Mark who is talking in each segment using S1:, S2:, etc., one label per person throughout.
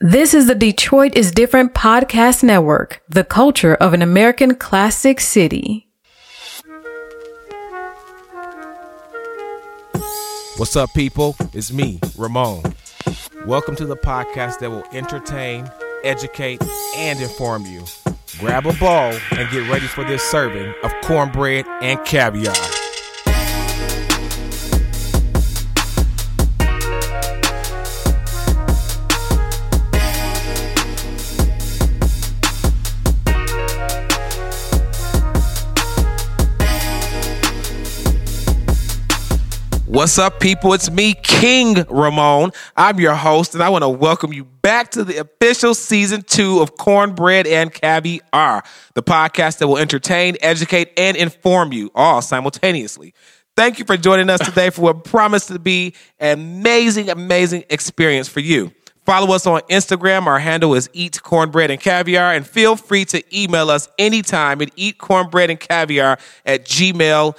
S1: This is the Detroit is Different podcast network, the culture of an American classic city.
S2: What's up, people? It's me, Ramon. Welcome to the podcast that will entertain, educate, and inform you. Grab a bowl and get ready for this serving of cornbread and caviar. What's up, people? It's me, King Ramon. I'm your host, and I want to welcome you back to the official season two of Cornbread and Caviar, the podcast that will entertain, educate, and inform you all simultaneously. Thank you for joining us today for what promised to be an amazing, amazing experience for you. Follow us on Instagram. Our handle is Eat Cornbread and Caviar, and feel free to email us anytime at eatcornbreadandcaviar at gmail.com.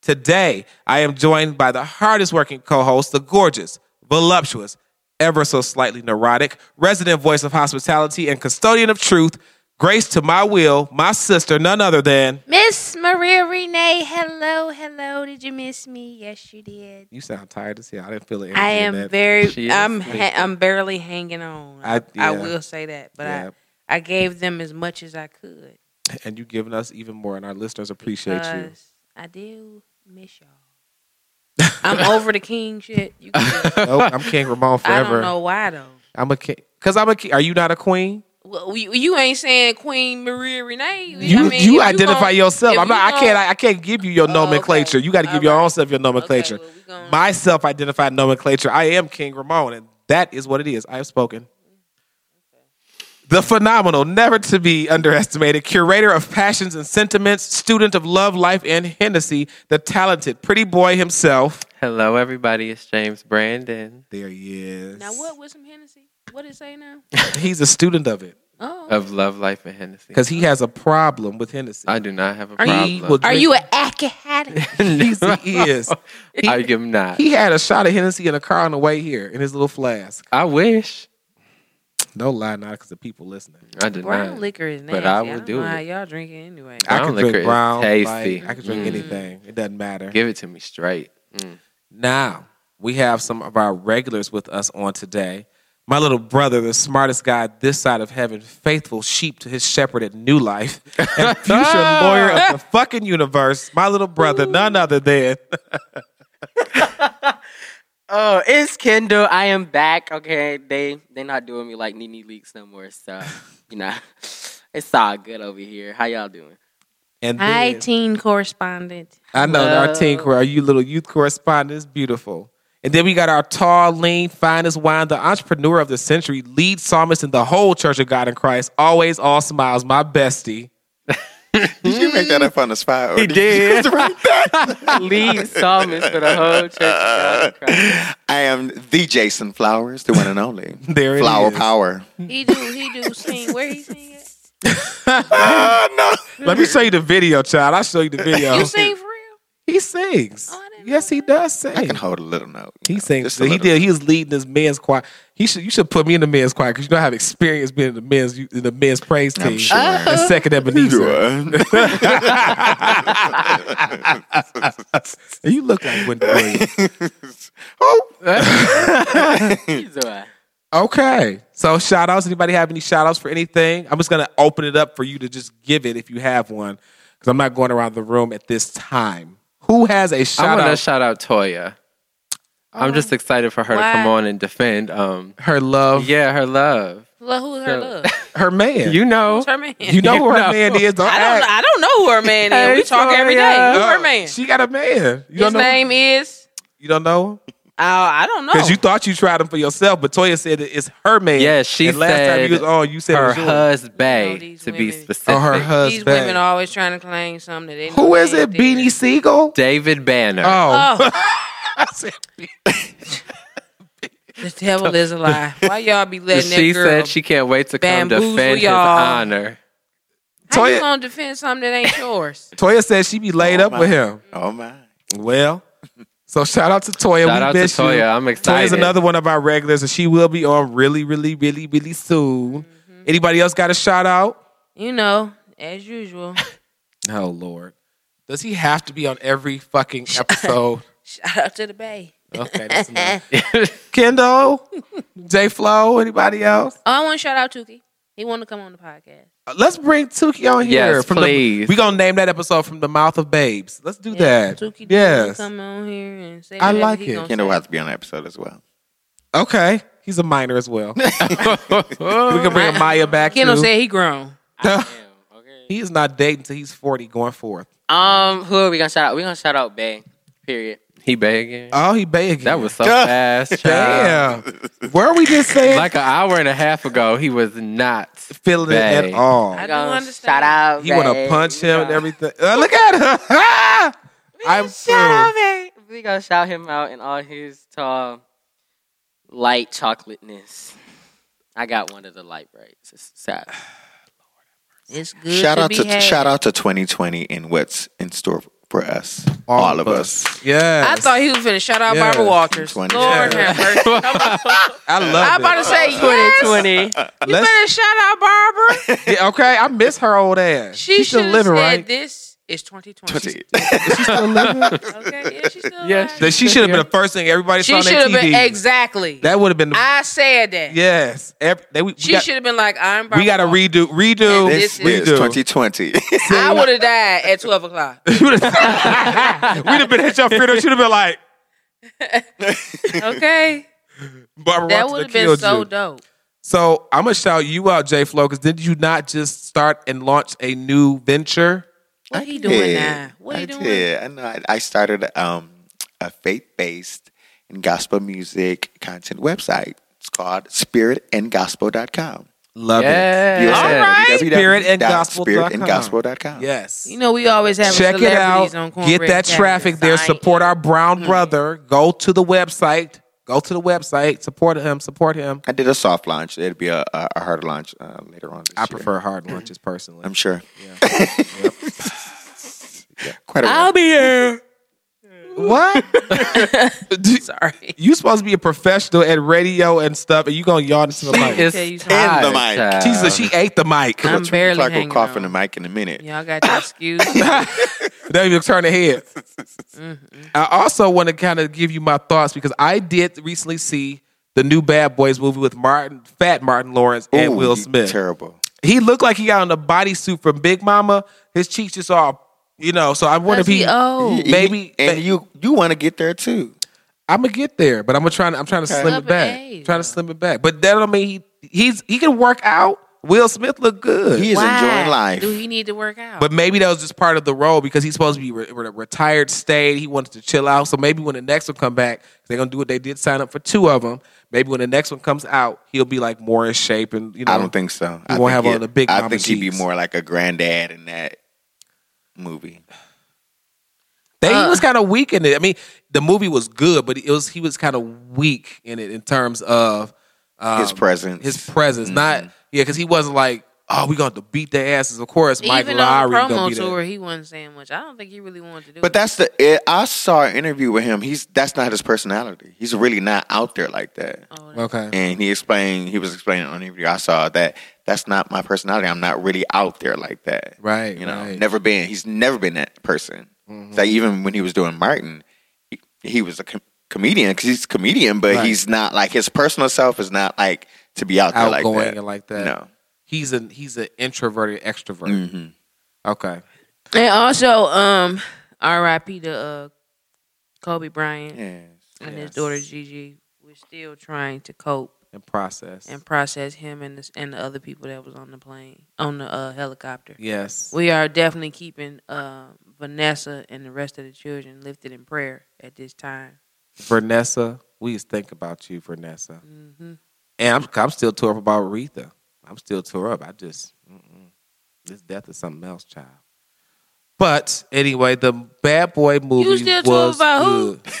S2: Today, I am joined by the hardest working co host, the gorgeous, voluptuous, ever so slightly neurotic, resident voice of hospitality, and custodian of truth, Grace to my will, my sister, none other than.
S3: Miss Maria Renee, hello, hello. Did you miss me? Yes, you did.
S2: You sound tired as hell. I didn't feel it.
S3: I am very.
S4: She is
S3: I'm.
S4: asleep.
S3: Ha- I'm barely hanging on.
S2: I-
S3: I,
S2: yeah.
S3: I will say that, but
S2: Yeah.
S3: I, I gave them as much as I could.
S2: And you giving us even more, and our listeners appreciate you.
S3: because I do miss y'all. I'm over the king shit. You can
S2: Nope, I'm King Ramon
S3: I don't
S2: forever.
S3: know why though.
S2: I'm a king. Because I'm a king. Are you not a queen?
S3: Well, you, you ain't saying Queen Maria Renee.
S2: You
S3: I mean, if
S2: you
S3: gon-
S2: identify yourself.
S3: if
S2: I'm
S3: you
S2: not. I
S3: gon- Oh,
S2: can't. I, I can't give you your
S3: okay.
S2: nomenclature. You got to give
S3: All
S2: your
S3: right.
S2: own self your nomenclature.
S3: well, we gonna-
S2: My self-identified nomenclature. I am King Ramon, and that is what it is. I have spoken. The phenomenal, never to be underestimated, curator of passions and sentiments, student of love, life, and Hennessy, the talented pretty boy himself.
S4: Hello, everybody. It's James Brandon
S2: There he is.
S3: Now what was some Hennessy? What it say now?
S2: He's a student of it
S3: Oh,
S4: of Love, Life, and Hennessy.
S2: because he has a problem with Hennessy.
S4: I do not have a
S3: Are
S2: you- Well,
S4: problem.
S3: are you an academic?
S2: Yes, he is. He-
S4: I am not.
S2: He had a shot of Hennessy in a car on the way here in his little flask.
S4: I wish.
S2: No lie, not because the people listening.
S4: I did
S3: Brown
S4: not.
S3: liquor is nasty.
S4: But I will
S3: don't
S4: do
S3: know how
S4: it.
S3: y'all drink it anyway.
S2: I
S4: Brown
S2: can
S4: liquor
S2: drink
S4: is
S2: brown,
S4: tasty.
S2: like, I can drink
S4: Mm.
S2: anything. It doesn't matter.
S4: Give it to me straight. Mm.
S2: Now we have some of our regulars with us on today. My little brother, the smartest guy this side of heaven, faithful sheep to his shepherd at New Life, and future lawyer of the fucking universe. My little brother, none other than
S5: Oh, it's Kendall. I am back. Okay, they they not doing me like Nene Leaks no more. So you know, it's all good over here. How y'all doing?
S2: and
S3: Hi,
S2: then-
S3: teen correspondent.
S2: I know that our
S5: Hello.
S2: teen, our you little youth correspondent is beautiful. And then we got our tall, lean, finest wine, the entrepreneur of the century, lead psalmist in the whole Church of God in Christ, always all smiles, my bestie.
S6: Did you make that up on the spot? Or
S2: did.
S5: Lead psalmist for the whole church. of God in Christ.
S6: I am the Jason Flowers, the one and only.
S2: There it
S6: Flower
S2: is.
S6: power.
S3: He do he do sing where he sing at?
S2: Let me show you the video, child. I'll show you the video.
S3: You sing for real?
S2: He sings.
S3: Oh, I didn't
S2: yes, he does sing.
S6: I can hold a little note. you
S2: he
S6: know,
S2: sings.
S6: just a
S2: He
S6: little.
S2: did. He was leading this men's choir. He should. You should put me in the men's choir because you know I have experience being in the men's in the men's praise team.
S6: I'm sure.
S2: And second Ebenezer.
S6: Sure.
S2: You look like Wendy Williams.
S6: oh,
S5: He's doing.
S2: Okay. So shout outs. Anybody have any shout outs for anything? I'm just gonna open it up for you to just give it if you have one. Because I'm not going around the room at this time. Who has a
S4: I
S2: shout
S4: want to
S2: out?
S4: shout out Toya. I'm just excited for her
S3: Oh. Why?
S4: to come on and defend. Um,
S2: her love,
S4: yeah, her love.
S3: Well, who's her love?
S2: her man. You,
S4: You know,
S3: Who's her man?
S2: know who her
S4: know.
S2: man is. Don't
S3: I don't know.
S2: act.
S3: I don't know who her man is.
S4: Hey,
S3: we talk every
S4: Toya.
S3: day. Who her
S2: Oh,
S3: man?
S2: She got a man. You
S3: His
S2: don't know.
S3: name is
S2: You don't know
S3: uh, I don't know.
S2: because you thought you tried him for yourself, but Toya said it- it's her man.
S4: Yeah, she
S2: And last time
S4: said
S2: you was on, you said it
S4: her
S2: was yours.
S4: husband,
S3: You know these
S4: to be
S3: women.
S4: specific.
S2: or her
S3: These
S2: husband.
S3: women are always trying to claim something that they know
S2: who is
S3: they
S2: it?
S3: ain't there.
S2: Beanie Siegel.
S4: David Banner.
S2: Oh,
S3: Oh,
S2: I said
S3: the devil is a lie. Why y'all be letting
S4: she
S3: that girl?
S4: said she can't wait to come
S3: bamboozle
S4: defend his
S3: y'all.
S4: honor.
S3: How
S2: Toya-
S3: you gonna defend something that ain't yours?
S2: Toya said she be laid
S6: Oh
S2: up with
S6: my.
S2: him.
S6: oh my.
S2: Well, So shout out to Toya.
S4: Shout
S2: we
S4: out to
S2: miss You.
S4: Toya. I'm
S2: Toya's
S4: excited.
S2: another one of our regulars, and she will be on really, really, really, really soon.
S3: Mm-hmm.
S2: Anybody else got a shout out?
S3: You know, as usual.
S2: Oh Lord, does he have to be on every fucking episode?
S3: Shout out to the Bay.
S2: okay, that's enough. Kendall, J Flow, anybody else?
S3: Oh, I want to shout out Tuki. He wanted to come on the podcast.
S2: Uh, Let's bring Tuki on here.
S4: Yes,
S2: from
S4: please.
S2: we're gonna name that episode from the mouth of babes. Let's do that.
S3: Tuki
S2: yes.
S3: yes. come on here and say
S2: I
S3: whatever
S2: like
S3: he
S2: it.
S3: gonna
S6: Kendall
S3: say.
S6: will have to be on the episode as well.
S2: Okay. He's a minor as well. we can bring Maya back.
S3: Kendall
S2: too.
S3: said he grown.
S5: I am, okay.
S2: He is not dating till he's 40 going forth.
S5: Um, who are we gonna shout out? We gonna shout out Bay. Period.
S4: He begging.
S2: Oh, he begging.
S4: That was so
S6: Duh.
S4: fast. child.
S2: Damn. Where we just saying
S4: Like an hour and a half ago, he was not.
S2: feeling it at
S4: Bae.
S2: all.
S3: I do
S5: Gonna
S3: understand.
S5: Shout out.
S2: He want to
S5: Bay.
S2: punch
S5: We
S2: him and
S5: gonna-
S2: everything. Uh, look at her. Ah! I'm
S5: Shout out
S2: through.
S5: Bay. We gonna shout him out in all his tall, light chocolateness. I got one of the light brights. It's sad.
S3: It's good.
S6: Shout out
S3: be
S6: to
S3: had.
S6: shout out to 2020 and what's in store for us, all, of us.
S2: Yes.
S3: I thought he was finna shout out
S2: Yes.
S3: Barbara Walters. Lord
S6: Twenty.
S3: have mercy.
S2: I love
S3: I'm about
S2: it.
S3: to say yes.
S5: 2020.
S3: You
S2: Let's-
S3: better shout out Barbara.
S2: Yeah, okay, I miss her old ass.
S3: She
S2: She's still
S3: should have
S2: living,
S3: said
S2: right?
S3: this is 2020.
S6: Twenty.
S2: She's still living.
S3: Okay, yeah, she's still
S4: Yeah,
S3: alive.
S2: That she should have been the first thing everybody saw
S3: She
S2: on
S3: should
S2: their
S3: have
S2: TV.
S3: been exactly.
S2: that would have been. The,
S3: I said that.
S2: yes. Every, they, we, we
S3: She
S2: got,
S3: should have been like, I'm. Barbara
S2: we got to
S3: Walters.
S2: redo, redo,
S6: This
S3: This
S6: is
S2: redo.
S6: 2020.
S3: I would have died at 12 o'clock.
S2: We'd have been at your funeral. She'd have been like,
S3: Okay,
S2: Barbara
S3: that
S2: would have
S3: been so
S2: you.
S3: dope.
S2: So I'm gonna shout you out, J Flow, because did you not just start and launch a new venture?
S3: What
S6: I
S3: he doing
S6: did.
S3: now? What
S6: I
S3: he doing?
S6: Did. I know. I, I started um, a faith-based and gospel music content website. It's called spiritandgospel.com.
S2: Love
S4: Yeah.
S6: USA,
S4: All
S3: right.
S2: Spiritandgospel.com.
S6: Spiritandgospel.com.
S2: Yes.
S3: You know we always have
S2: Check it out.
S3: celebrities on Mm-hmm.
S2: Get
S3: Cornbread
S2: that
S3: Challenge.
S2: traffic there.
S3: I ain't-
S2: Support our brown brother. Go to the website. Go to the website. Support him. Support him.
S6: I did a soft launch. It'll be a, a, a hard launch uh, later on. This
S2: I
S6: year.
S2: prefer hard lunches personally.
S6: I'm sure. Yeah, Quite a
S3: I'll
S6: while.
S3: be here.
S2: What? Do-
S3: Sorry.
S2: you supposed to be a professional at radio and stuff, and you gonna yawn into the mic?
S4: It's
S3: tell you something.
S4: tired,
S6: In the mic.
S4: child.
S2: Jesus, she ate the mic.
S3: I'm barely
S6: Clark will
S3: hanging
S6: cough in the
S3: on.
S6: mic in a minute.
S3: Y'all got your excuse.
S2: Don't even turn ahead.
S3: Mm-hmm.
S2: I also want to kind of give you my thoughts because I did recently see the new Bad Boys movie with Martin, Fat Martin Lawrence and
S6: Ooh,
S2: Will
S6: you
S2: Smith.
S6: Terrible.
S2: He looked like he got on a bodysuit from Big Mama. His cheeks just all, you know. So I wonder if
S3: Cause he
S2: he,
S3: old.
S2: maybe.
S6: and you you want to get there too.
S2: I'm gonna get there, but I'm gonna try. I'm trying to slim it
S3: Up
S2: back.
S3: in age,
S2: Trying to slim it back, but that don't mean he he's he can work out. Will Smith look good.
S6: He is enjoying life.
S3: Do he need to work out?
S2: But maybe that was just part of the role because he's supposed to be re- re- retired, stayed. He wants to chill out. So maybe when the next one come back, they're gonna do what they did. Sign up for two of them. Maybe when the next one comes out, he'll be like more in shape and you know.
S6: I don't think so. I
S2: He won't
S6: think
S2: have
S6: it-
S2: all the big
S6: I
S2: mama
S6: think he'd be
S2: cheeks.
S6: more like a granddad in that movie.
S2: They,
S3: Uh.
S2: he was kind of weak in it. I mean, the movie was good, but it was he was kind of weak in it in terms of um,
S6: His presence.
S2: His presence,
S6: Mm-hmm.
S2: not yeah, because he wasn't like, oh, we gonna have to beat their asses. Of course, Mike
S3: Even on
S2: Lowry
S3: the
S2: gonna
S3: promo
S2: be there.
S3: tour, he wasn't saying much. I don't think he really wanted to do.
S6: But
S3: it.
S6: that's the. It, I saw an interview with him. He's that's not his personality. He's really not out there like that.
S2: Okay,
S6: And he explained. He was explaining on the interview. I saw that. That's not my personality. I'm not really out there like that.
S2: Right,
S6: You know.
S2: right. Mm-hmm.
S6: Never been. He's never been that person. Like even when he was doing Martin, he, he was a com- comedian because he's a comedian, but
S2: Right.
S6: he's not like his personal self is not like to be out there like
S2: outgoing
S6: that.
S2: and like that.
S6: No.
S2: he's an he's an introverted extrovert.
S6: Mm.
S2: Okay.
S3: and also, um, R.I.P. to uh, Kobe Bryant
S6: Yes.
S3: and his daughter Gigi. We're still trying to cope
S2: and process.
S3: and process him and this, and the other people that was on the plane on the uh, helicopter.
S2: yes.
S3: We are definitely keeping uh, Vanessa and the rest of the children lifted in prayer at this time.
S2: Vanessa, we used to think about you, Vanessa.
S3: Mm-hmm.
S2: And I'm I'm still tore up about Aretha. I'm still tore up. I just mm-mm. this death is something else, child. But anyway, the Bad Boy movie
S3: still tore
S2: was
S3: about who?
S2: good.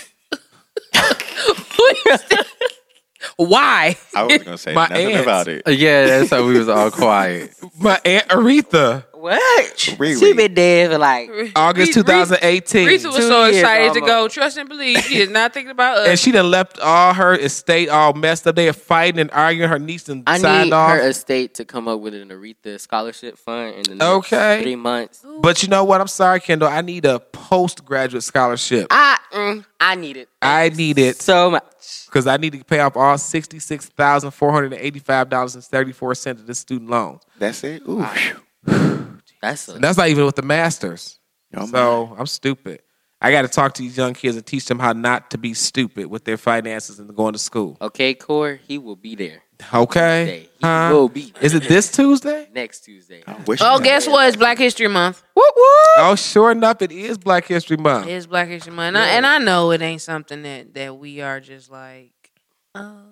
S3: Why?
S6: I was gonna say
S2: My
S6: nothing
S4: Uh,
S2: aunts.
S6: about it.
S4: Yeah, that's how we was all quiet.
S2: My aunt Aretha.
S5: What?
S6: Riri.
S5: She been dead for like
S2: August
S3: Re- Re-
S2: 2018.
S3: Risa was
S5: Two
S3: so
S5: years
S3: excited to
S5: almost.
S3: go. Trust and believe. She is not thinking about us.
S2: and she done left all her estate all messed up. They are fighting and arguing. Her niece done
S5: I
S2: signed
S5: need
S2: off.
S5: her estate to come up with an Aretha scholarship fund in the next
S2: Okay.
S5: three months.
S2: but you know what? I'm sorry, Kendall. I need a postgraduate scholarship. I,
S5: I mm, I need it
S2: need it
S5: so much.
S2: because I need to pay off all sixty-six thousand four hundred and eighty-five dollars and thirty-four cents of this student loan.
S6: That's it. Ooh.
S5: That's a,
S2: And that's not even with the masters.
S6: Oh,
S2: so I'm stupid. I got to talk to these young kids and teach them how not to be stupid with their finances and going to school.
S5: okay, Core. He will be there.
S2: Okay.
S5: Tuesday. He
S2: Huh?
S5: will be
S2: Is it this Tuesday?
S5: next Tuesday.
S6: I wish
S3: oh,
S6: I-
S3: guess what? It's Black History Month.
S2: Oh, sure enough, it is Black History Month.
S3: It's Black History Month, and, I, and I know it ain't something that that we are just like, oh,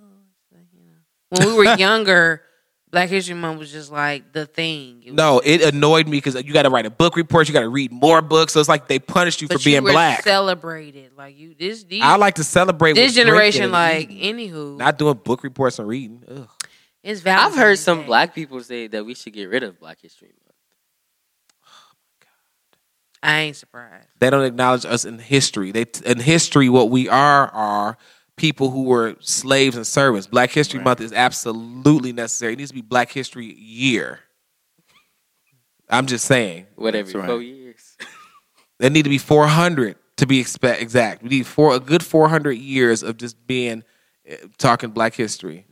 S3: you know. When we were younger, Black History Month was just like the thing. It was-
S2: No, it annoyed me because you got to write a book report. You got to read more books. So it's like they punished you
S3: but
S2: for
S3: you
S2: being
S3: were
S2: black.
S3: celebrated like you. This these,
S2: I like to celebrate
S3: this
S2: with drinking
S3: generation,
S2: and
S3: like
S2: eating.
S3: anywho,
S2: Mm-hmm. not doing book reports and reading. Ugh.
S3: it's
S5: I've
S3: Valentine's
S5: heard some
S3: Day.
S5: black people say that we should get rid of Black History Month.
S3: I ain't surprised.
S2: They don't acknowledge us in history. They in history, what we are are people who were slaves and servants. Black History Month is absolutely necessary. It needs to be Black History Year. I'm just saying,
S5: Whatever,
S6: That's right.
S5: four years.
S2: There need to be 400 to be expe- exact. We need four a good 400 years of just being uh, talking Black history.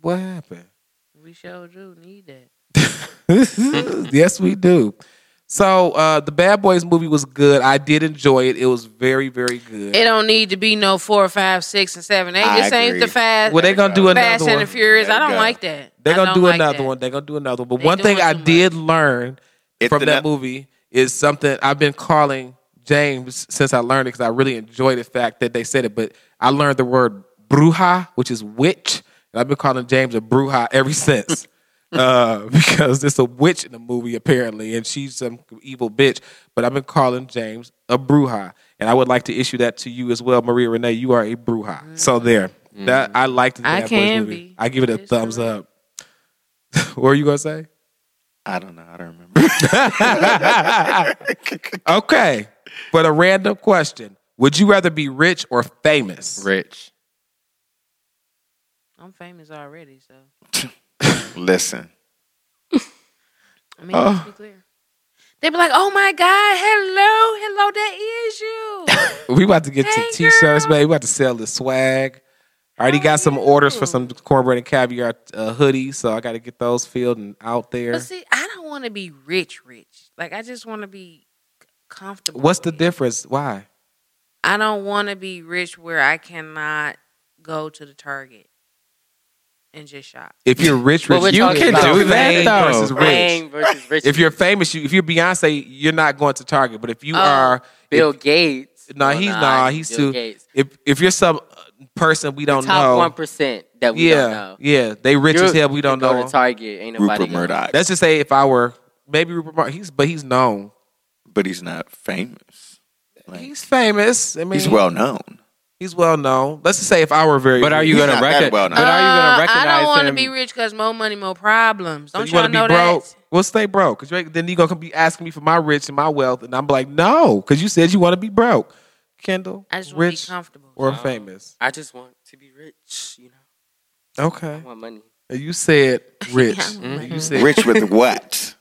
S2: What happened?
S3: We sure do need that.
S2: yes, we do. So uh, the Bad Boys movie was good. I did enjoy it. It was very, very good.
S3: It don't need to be no four, five, six, and seven. They
S6: I
S3: just ain't
S6: agree.
S3: the fast.
S2: well, they're gonna do another
S3: Fast
S2: one.
S3: and the Furious.
S6: There
S3: I
S6: you
S3: don't
S6: go.
S3: like that.
S2: They're
S3: I
S2: gonna
S3: don't
S2: do
S3: like
S2: another
S3: that.
S2: one. They're gonna do another one. But
S3: They
S2: one thing
S3: doing
S2: I
S3: too much.
S2: did learn
S6: It's
S2: from
S6: the
S2: that
S6: nut-
S2: movie is something I've been calling James since I learned it because I really enjoyed the fact that they said it. But I learned the word bruja, which is witch, and I've been calling James a bruja ever since. Uh, because there's a witch in the movie apparently, and she's some evil bitch. But I've been calling James a bruja, and I would like to issue that to you as well, Maria Renee. You are a bruja, so there. That I liked the
S3: Mm. I
S2: Bad Boys
S3: can
S2: movie.
S3: be.
S2: I give it a
S3: It's
S2: thumbs
S3: alright.
S2: up. What were you gonna say?
S6: I don't know. I don't remember.
S2: Okay, but a random question: Would you rather be rich or famous?
S4: Rich.
S3: I'm famous already, so
S6: Listen.
S3: I mean, let's be clear. They be like, "Oh my God, hello, hello, that is you."
S2: We about to get some
S3: Hey,
S2: t-shirts,
S3: girl.
S2: man. We about to sell the swag. I already
S3: How
S2: got
S3: are
S2: some
S3: you?
S2: orders for some cornbread and caviar uh, hoodies, so I got to get those filled and out there.
S3: but see, I don't want to be rich, rich. Like I just want to be c- comfortable.
S2: What's the
S3: with it.
S2: difference? Why?
S3: I don't want to be rich where I cannot go to the Target and just shop.
S2: If you're rich,
S5: But
S2: rich,
S5: we're
S2: you
S5: talking
S2: can
S5: about
S2: do that
S4: fame though.
S2: versus rich.
S5: Bang versus rich.
S2: If you're famous, you if you're Beyonce, you're not going to Target. But if you
S3: Oh.
S2: are
S5: Bill Gates.
S2: No, he's nah, he's
S5: Bill
S2: too-
S5: Gates.
S2: if if you're some uh, person we don't
S5: Top
S2: know,
S5: one percent that we
S2: yeah,
S5: don't know.
S2: yeah, they rich
S5: You're-
S2: as hell. We
S5: you
S2: don't
S5: go
S2: know.
S5: to
S2: them.
S5: Target. Ain't nobody.
S6: Rupert Murdoch.
S2: Let's just say if I were maybe Rupert Murdoch, he's but he's known.
S6: but he's not famous. Like, he's,
S2: He's famous. I mean,
S6: well known.
S2: he's well known. Let's just say if I were very,
S4: But are you
S6: He's
S4: gonna
S6: not that
S4: recognize?
S6: well known.
S4: but are you
S3: Uh,
S4: gonna
S3: I
S4: recognize
S3: don't want to
S4: him?
S3: be rich because more money, more problems.
S2: So
S3: Don't
S2: you
S3: y'all
S2: want to
S3: know
S2: be broke?
S3: that?
S2: Well, stay broke. Cause you're, then you gonna come be asking me for my rich and my wealth, and I'm like, no, because you said you want to be broke. Kendall,
S3: I just want to
S2: rich
S3: be comfortable.
S2: or famous?
S5: I just want to be rich. You know,
S2: Okay,
S5: I want money.
S2: you said rich.
S3: Mhm.
S2: You
S5: Mm-hmm.
S2: said
S6: Rich with what?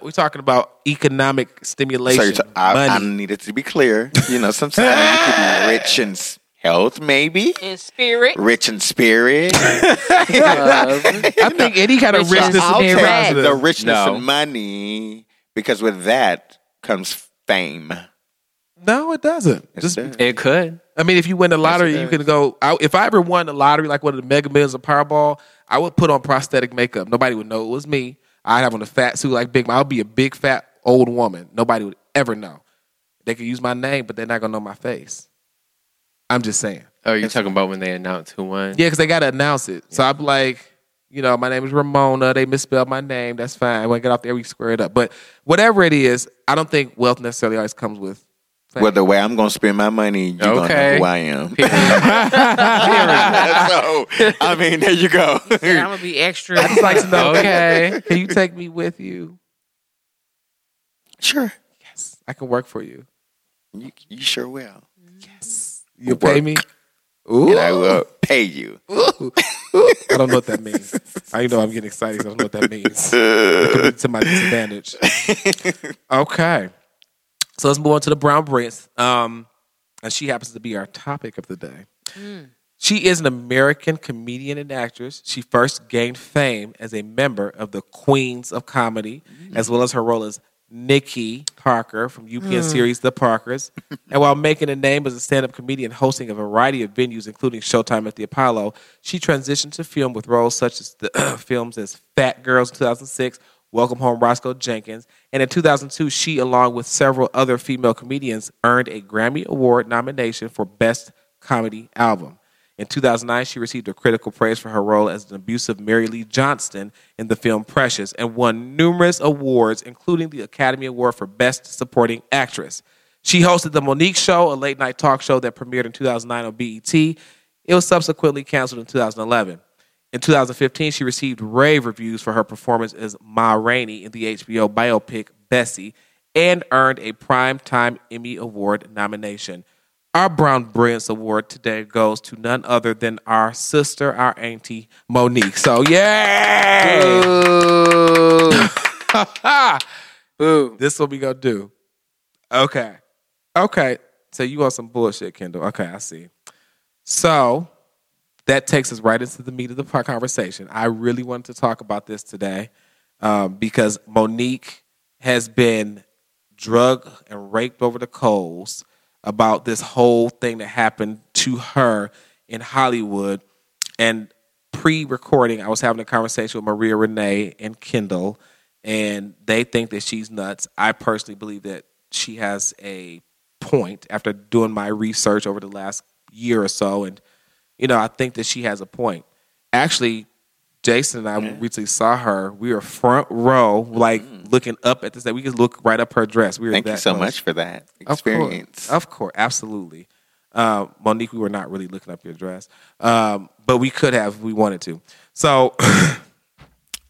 S2: we're talking about economic
S6: so
S2: stimulation.
S6: you're t- I, I
S2: money.
S6: needed to be clear. You know, sometimes you could be rich in s- health, maybe.
S3: In spirit,
S6: Rich in spirit.
S5: Love.
S2: I think any kind of
S3: Rich is
S2: richness
S3: all
S2: is
S3: tax.
S2: positive.
S6: the richness
S4: No.
S6: in money, because with that comes fame.
S2: No, it doesn't. Just,
S6: It's there.
S4: It could.
S2: I mean, if you win the lottery, you can go. I, if I ever won the lottery, like one of the Mega Millions or Powerball, I would put on prosthetic makeup. Nobody would know it was me. I'd have on a fat suit like Big. Mom. I'd be a big fat old woman. Nobody would ever know. They could use my name, but they're not gonna know my face. I'm just saying.
S4: Oh, you're talking about when they announced who won?
S2: Yeah, because they gotta announce it. So I'm like, you know, my name is Ramona. They misspelled my name. That's fine. When I get off there, we square it up. But whatever it is, I don't think wealth necessarily always comes with. fame.
S6: Well, the way I'm going to spend my money, you're going to know
S4: Okay.
S6: who I am. so, I mean, there you go.
S3: I'm gonna be extra.
S2: I'd just like to know.
S4: Okay.
S2: Can you take me with you?
S6: Sure.
S2: Yes, I can work for you.
S6: You, you sure will.
S2: Yes, you'll pay me. Ooh,
S6: And I will pay you.
S2: I don't know what that means. I know I'm getting excited. 'cause I don't know what that means. It could be to my disadvantage. Okay, so let's move on to the brown prince. Um, and she happens to be our topic of the day. She is an American comedian and actress. She first gained fame as a member of the Queens of Comedy, as well as her role as Nikki Parker from UPN series The Parkers. and while making a name as a stand up comedian hosting a variety of venues, including Showtime at the Apollo, she transitioned to film with roles such as the films as Fat Girls in 2006, Welcome Home Roscoe Jenkins. And in 2002, she, along with several other female comedians, earned a Grammy Award nomination for Best Comedy Album. In 2009, she received a critical praise for her role as an abusive Mary Lee Johnston in the film Precious and won numerous awards, including the Academy Award for Best Supporting Actress. She hosted The Monique Show, a late night talk show that premiered in 2009 on BET. It was subsequently canceled in 2011. In 2015, she received rave reviews for her performance as Ma Rainey in the HBO biopic Bessie and earned a Primetime Emmy Award nomination. Our Brown Brilliance Award today goes to none other than our sister, our auntie, Monique. So, yay!
S5: Boo.
S2: this what we gonna do. Okay. Okay. So you want some bullshit, Kendall. Okay, I see. So that takes us right into the meat of the po- conversation. I really wanted to talk about this today um, because Monique has been drugged and raped over the coals about this whole thing that happened to her in Hollywood. And pre recording, I was having a conversation with Maria Renee and Kendall, and they think that she's nuts. I personally believe that she has a point after doing my research over the last year or so. And, you know, I think that she has a point. Actually, Jason and I recently saw her. We were front row, like looking up at this. We could look right up her dress. We were
S6: Mm. Thank you
S2: that
S6: so
S2: close.
S6: much for that
S2: Of course.
S6: experience.
S2: Of course, absolutely. Uh, Monique, we were not really looking up your dress, um, but we could have if we wanted to. So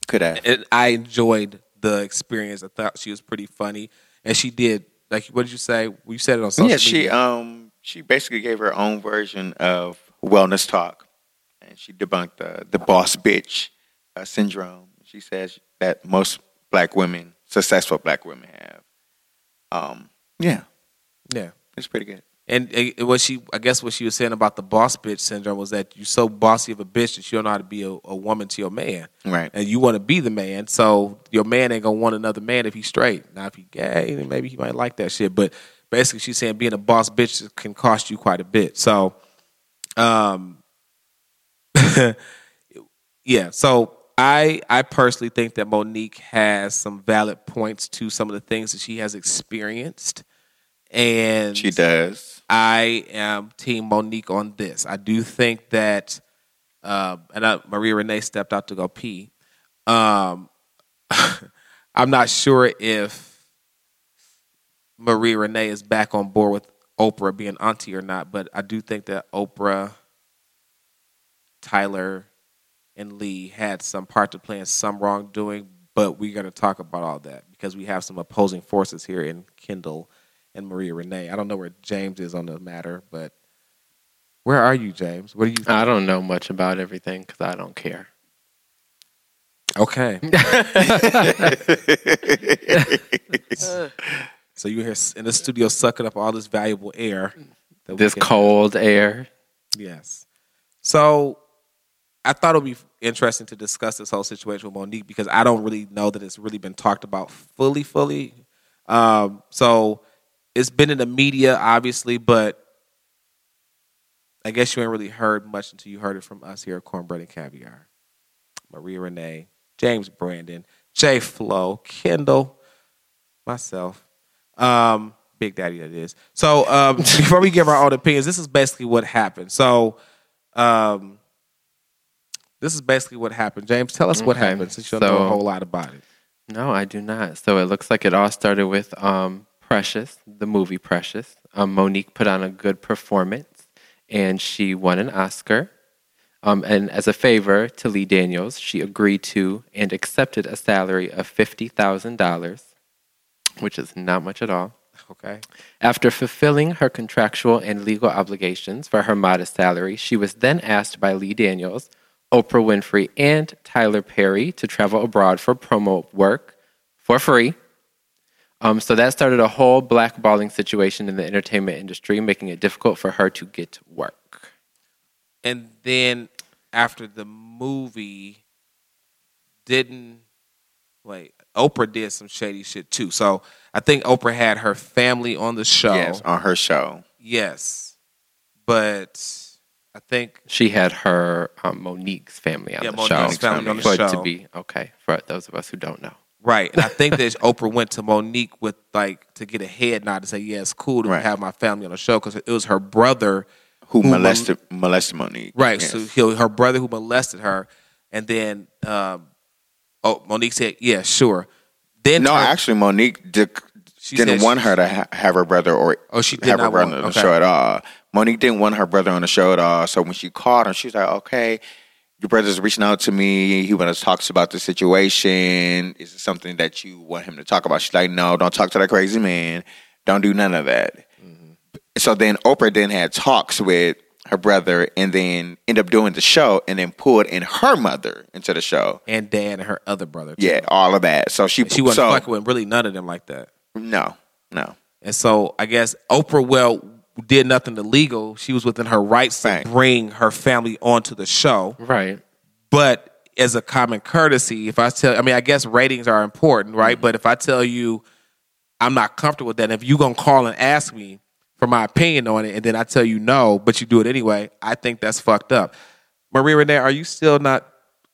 S6: Could have.
S2: it, I enjoyed the experience. I thought she was pretty funny, and she did. Like, what did you say? You said it on social
S6: yeah, she
S2: media.
S6: um she basically gave her own version of wellness talk, and she debunked the the boss bitch uh, syndrome. She says that most black women, successful black women, have. Um, yeah,
S2: yeah.
S6: it's pretty good.
S2: And uh, what she, I guess, what she was saying about the boss bitch syndrome was that you're so bossy of a bitch that you don't know how to be a, a woman to your man,
S6: Right.
S2: and you want to be the man. So your man ain't gonna want another man if he's straight. Now, if he gay, then maybe he might like that shit. But basically, she's saying being a boss bitch can cost you quite a bit. So, um, yeah. So I, I personally think that Monique has some valid points to some of the things that she has experienced. And
S6: She does.
S2: I am Team Monique on this. I do think that, um, and I, Maria Renee stepped out to go pee. Um, I'm not sure if Maria Renee is back on board with Oprah being auntie or not, but I do think that Oprah, Tyler, and Lee had some part to play in some wrongdoing, but we're going to talk about all that because we have some opposing forces here in Kendall and Maria Renee. I don't know where James is on the matter, but where are you, James? What do you?
S4: I don't know much about everything because I don't care.
S2: Okay, so you're here in the studio sucking up all this valuable air. that we
S4: This
S2: can-
S4: cold air.
S2: Yes. So I thought it would be interesting to discuss this whole situation with Monique because I don't really know that it's really been talked about fully, fully. Um, so it's been in the media, obviously, but I guess you ain't really heard much until you heard it from us here at Cornbread and Caviar. Maria Renee, James Brandon, Jay Flo, Kendall, myself. Um, Big Daddy, that is. So um, before we give our own opinions, this is basically what happened. So um, this is basically what happened. James, tell us what
S4: Okay.
S2: happened since you don't know a
S4: So-
S2: whole lot about it.
S4: No, I do not. So it looks like it all started with um, Precious, the movie Precious. Um, Monique put on a good performance and she won an Oscar. Um, and as a favor to Lee Daniels, she agreed to and accepted a salary of $50,000. which is not much at all.
S2: Okay.
S4: After fulfilling her contractual and legal obligations for her modest salary, she was then asked by Lee Daniels, Oprah Winfrey, and Tyler Perry to travel abroad for promo work for free. Um, so that started a whole blackballing situation in the entertainment industry, making it difficult for her to get work.
S2: And then after the movie, didn't wait. Oprah did some shady shit too. So I think Oprah had her family on the show.
S6: Yes, on her show.
S2: Yes. But I think
S4: She had her um, Monique's family on
S2: Yeah,
S4: the
S2: Monique's
S4: show.
S2: family on the
S4: but
S2: show.
S4: to be okay for those of us who don't know.
S2: right. And I think that Oprah went to Monique with like to get a head nod to say, "Yeah, it's cool to
S6: Right.
S2: have my family on the show" because it was her brother
S6: Who
S2: Who mon-
S6: molested molested Monique?
S2: Right.
S6: Yes.
S2: So he, her brother who molested her, and then um, oh Monique said, "Yeah, sure." Then
S6: no,
S2: her-
S6: actually, Monique dic-
S2: She
S6: didn't
S2: said
S6: want
S2: she-
S6: her to ha- have her brother or
S2: Oh, she did
S6: have her
S2: not
S6: brother
S2: want-
S6: on the
S2: okay.
S6: show at all. Monique didn't want her brother on the show at all. So when she called him, she was like, "Okay, your brother's reaching out to me. He wants to talk about the situation. Is it something that you want him to talk about?" She's like, "No, don't talk to that crazy man. Don't do none of that."
S2: Mm-hmm.
S6: So then Oprah then had talks with her brother, and then ended up doing the show, and then pulled in her mother into the show.
S2: and dad and her other brother. too.
S6: Yeah, all of that. So she
S2: And she wasn't
S6: so,
S2: fucking with really none of them like that.
S6: no, no.
S2: And so I guess Oprah well did nothing illegal. She was within her rights
S6: Right.
S2: to bring her family onto the show,
S4: Right.
S2: but as a common courtesy, if I tell, I mean, I guess ratings are important, right? But if I tell you I'm not comfortable with that, if you gonna call and ask me for my opinion on it, and then I tell you no, but you do it anyway, I think that's fucked up. Maria Renee, are you still not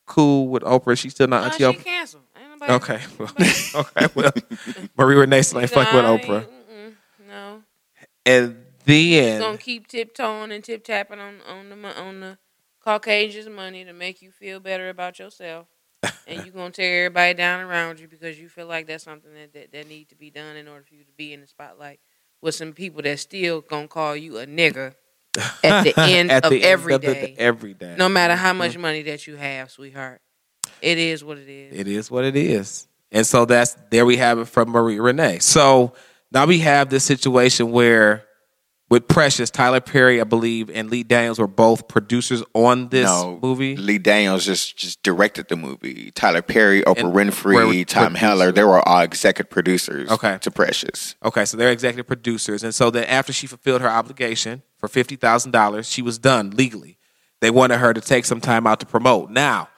S2: cool with Oprah? She's still not
S3: No,
S2: Auntie
S3: she
S2: Oprah.
S3: canceled. Ain't nobody-
S2: Okay, well, okay. Well, Maria Renee still ain't fucking with
S3: Nah, I
S2: Oprah.
S3: ain't- mm-mm, No,
S2: And
S3: She's gonna
S2: then,
S3: keep tiptoeing and tip tapping on on the mo- on the Caucasian's money to make you feel better about yourself, and you gonna tear everybody down around you because you feel like that's something that that, that need to be done in order for you to be in the spotlight with some people that still gonna call you a nigga at the end
S2: at
S3: of
S2: the
S3: every
S2: end of the-
S3: day.
S2: every day,
S3: no matter how much money that you have, sweetheart. It is what it is.
S2: It is what it is. And so that's there we have it from Marie Renee. So now we have this situation where with Precious, Tyler Perry, I believe, and Lee Daniels were both producers on this
S6: no,
S2: movie.
S6: Lee Daniels just just directed the movie. Tyler Perry, Oprah
S2: And where
S6: Winfrey,
S2: was
S6: Tom
S2: producer?
S6: Heller, they were all executive producers.
S2: Okay.
S6: to Precious.
S2: Okay, so they're executive producers. And so then after she fulfilled her obligation for $50,000, she was done legally. They wanted her to take some time out to promote. Now,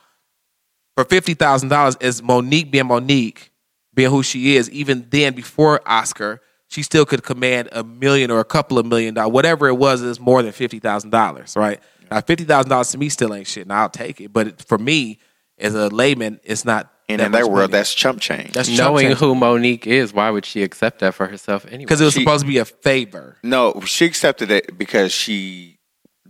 S2: for $50,000, as Monique being Monique, being who she is, even then before Oscar, she still could command a million or a couple of million dollars. Whatever it was, it's more than $50,000, right? Now, $50,000 to me still ain't shit, and I'll take it. But it- for me, as a layman, it's not.
S6: And
S2: that
S6: in their
S2: much
S6: world,
S2: money.
S6: that's chump change.
S2: That's chump
S4: Knowing
S2: change.
S4: who Monique is, why would she accept that for herself anyway?
S2: Because it was
S6: She-
S2: supposed to be a favor.
S6: no, she accepted it because she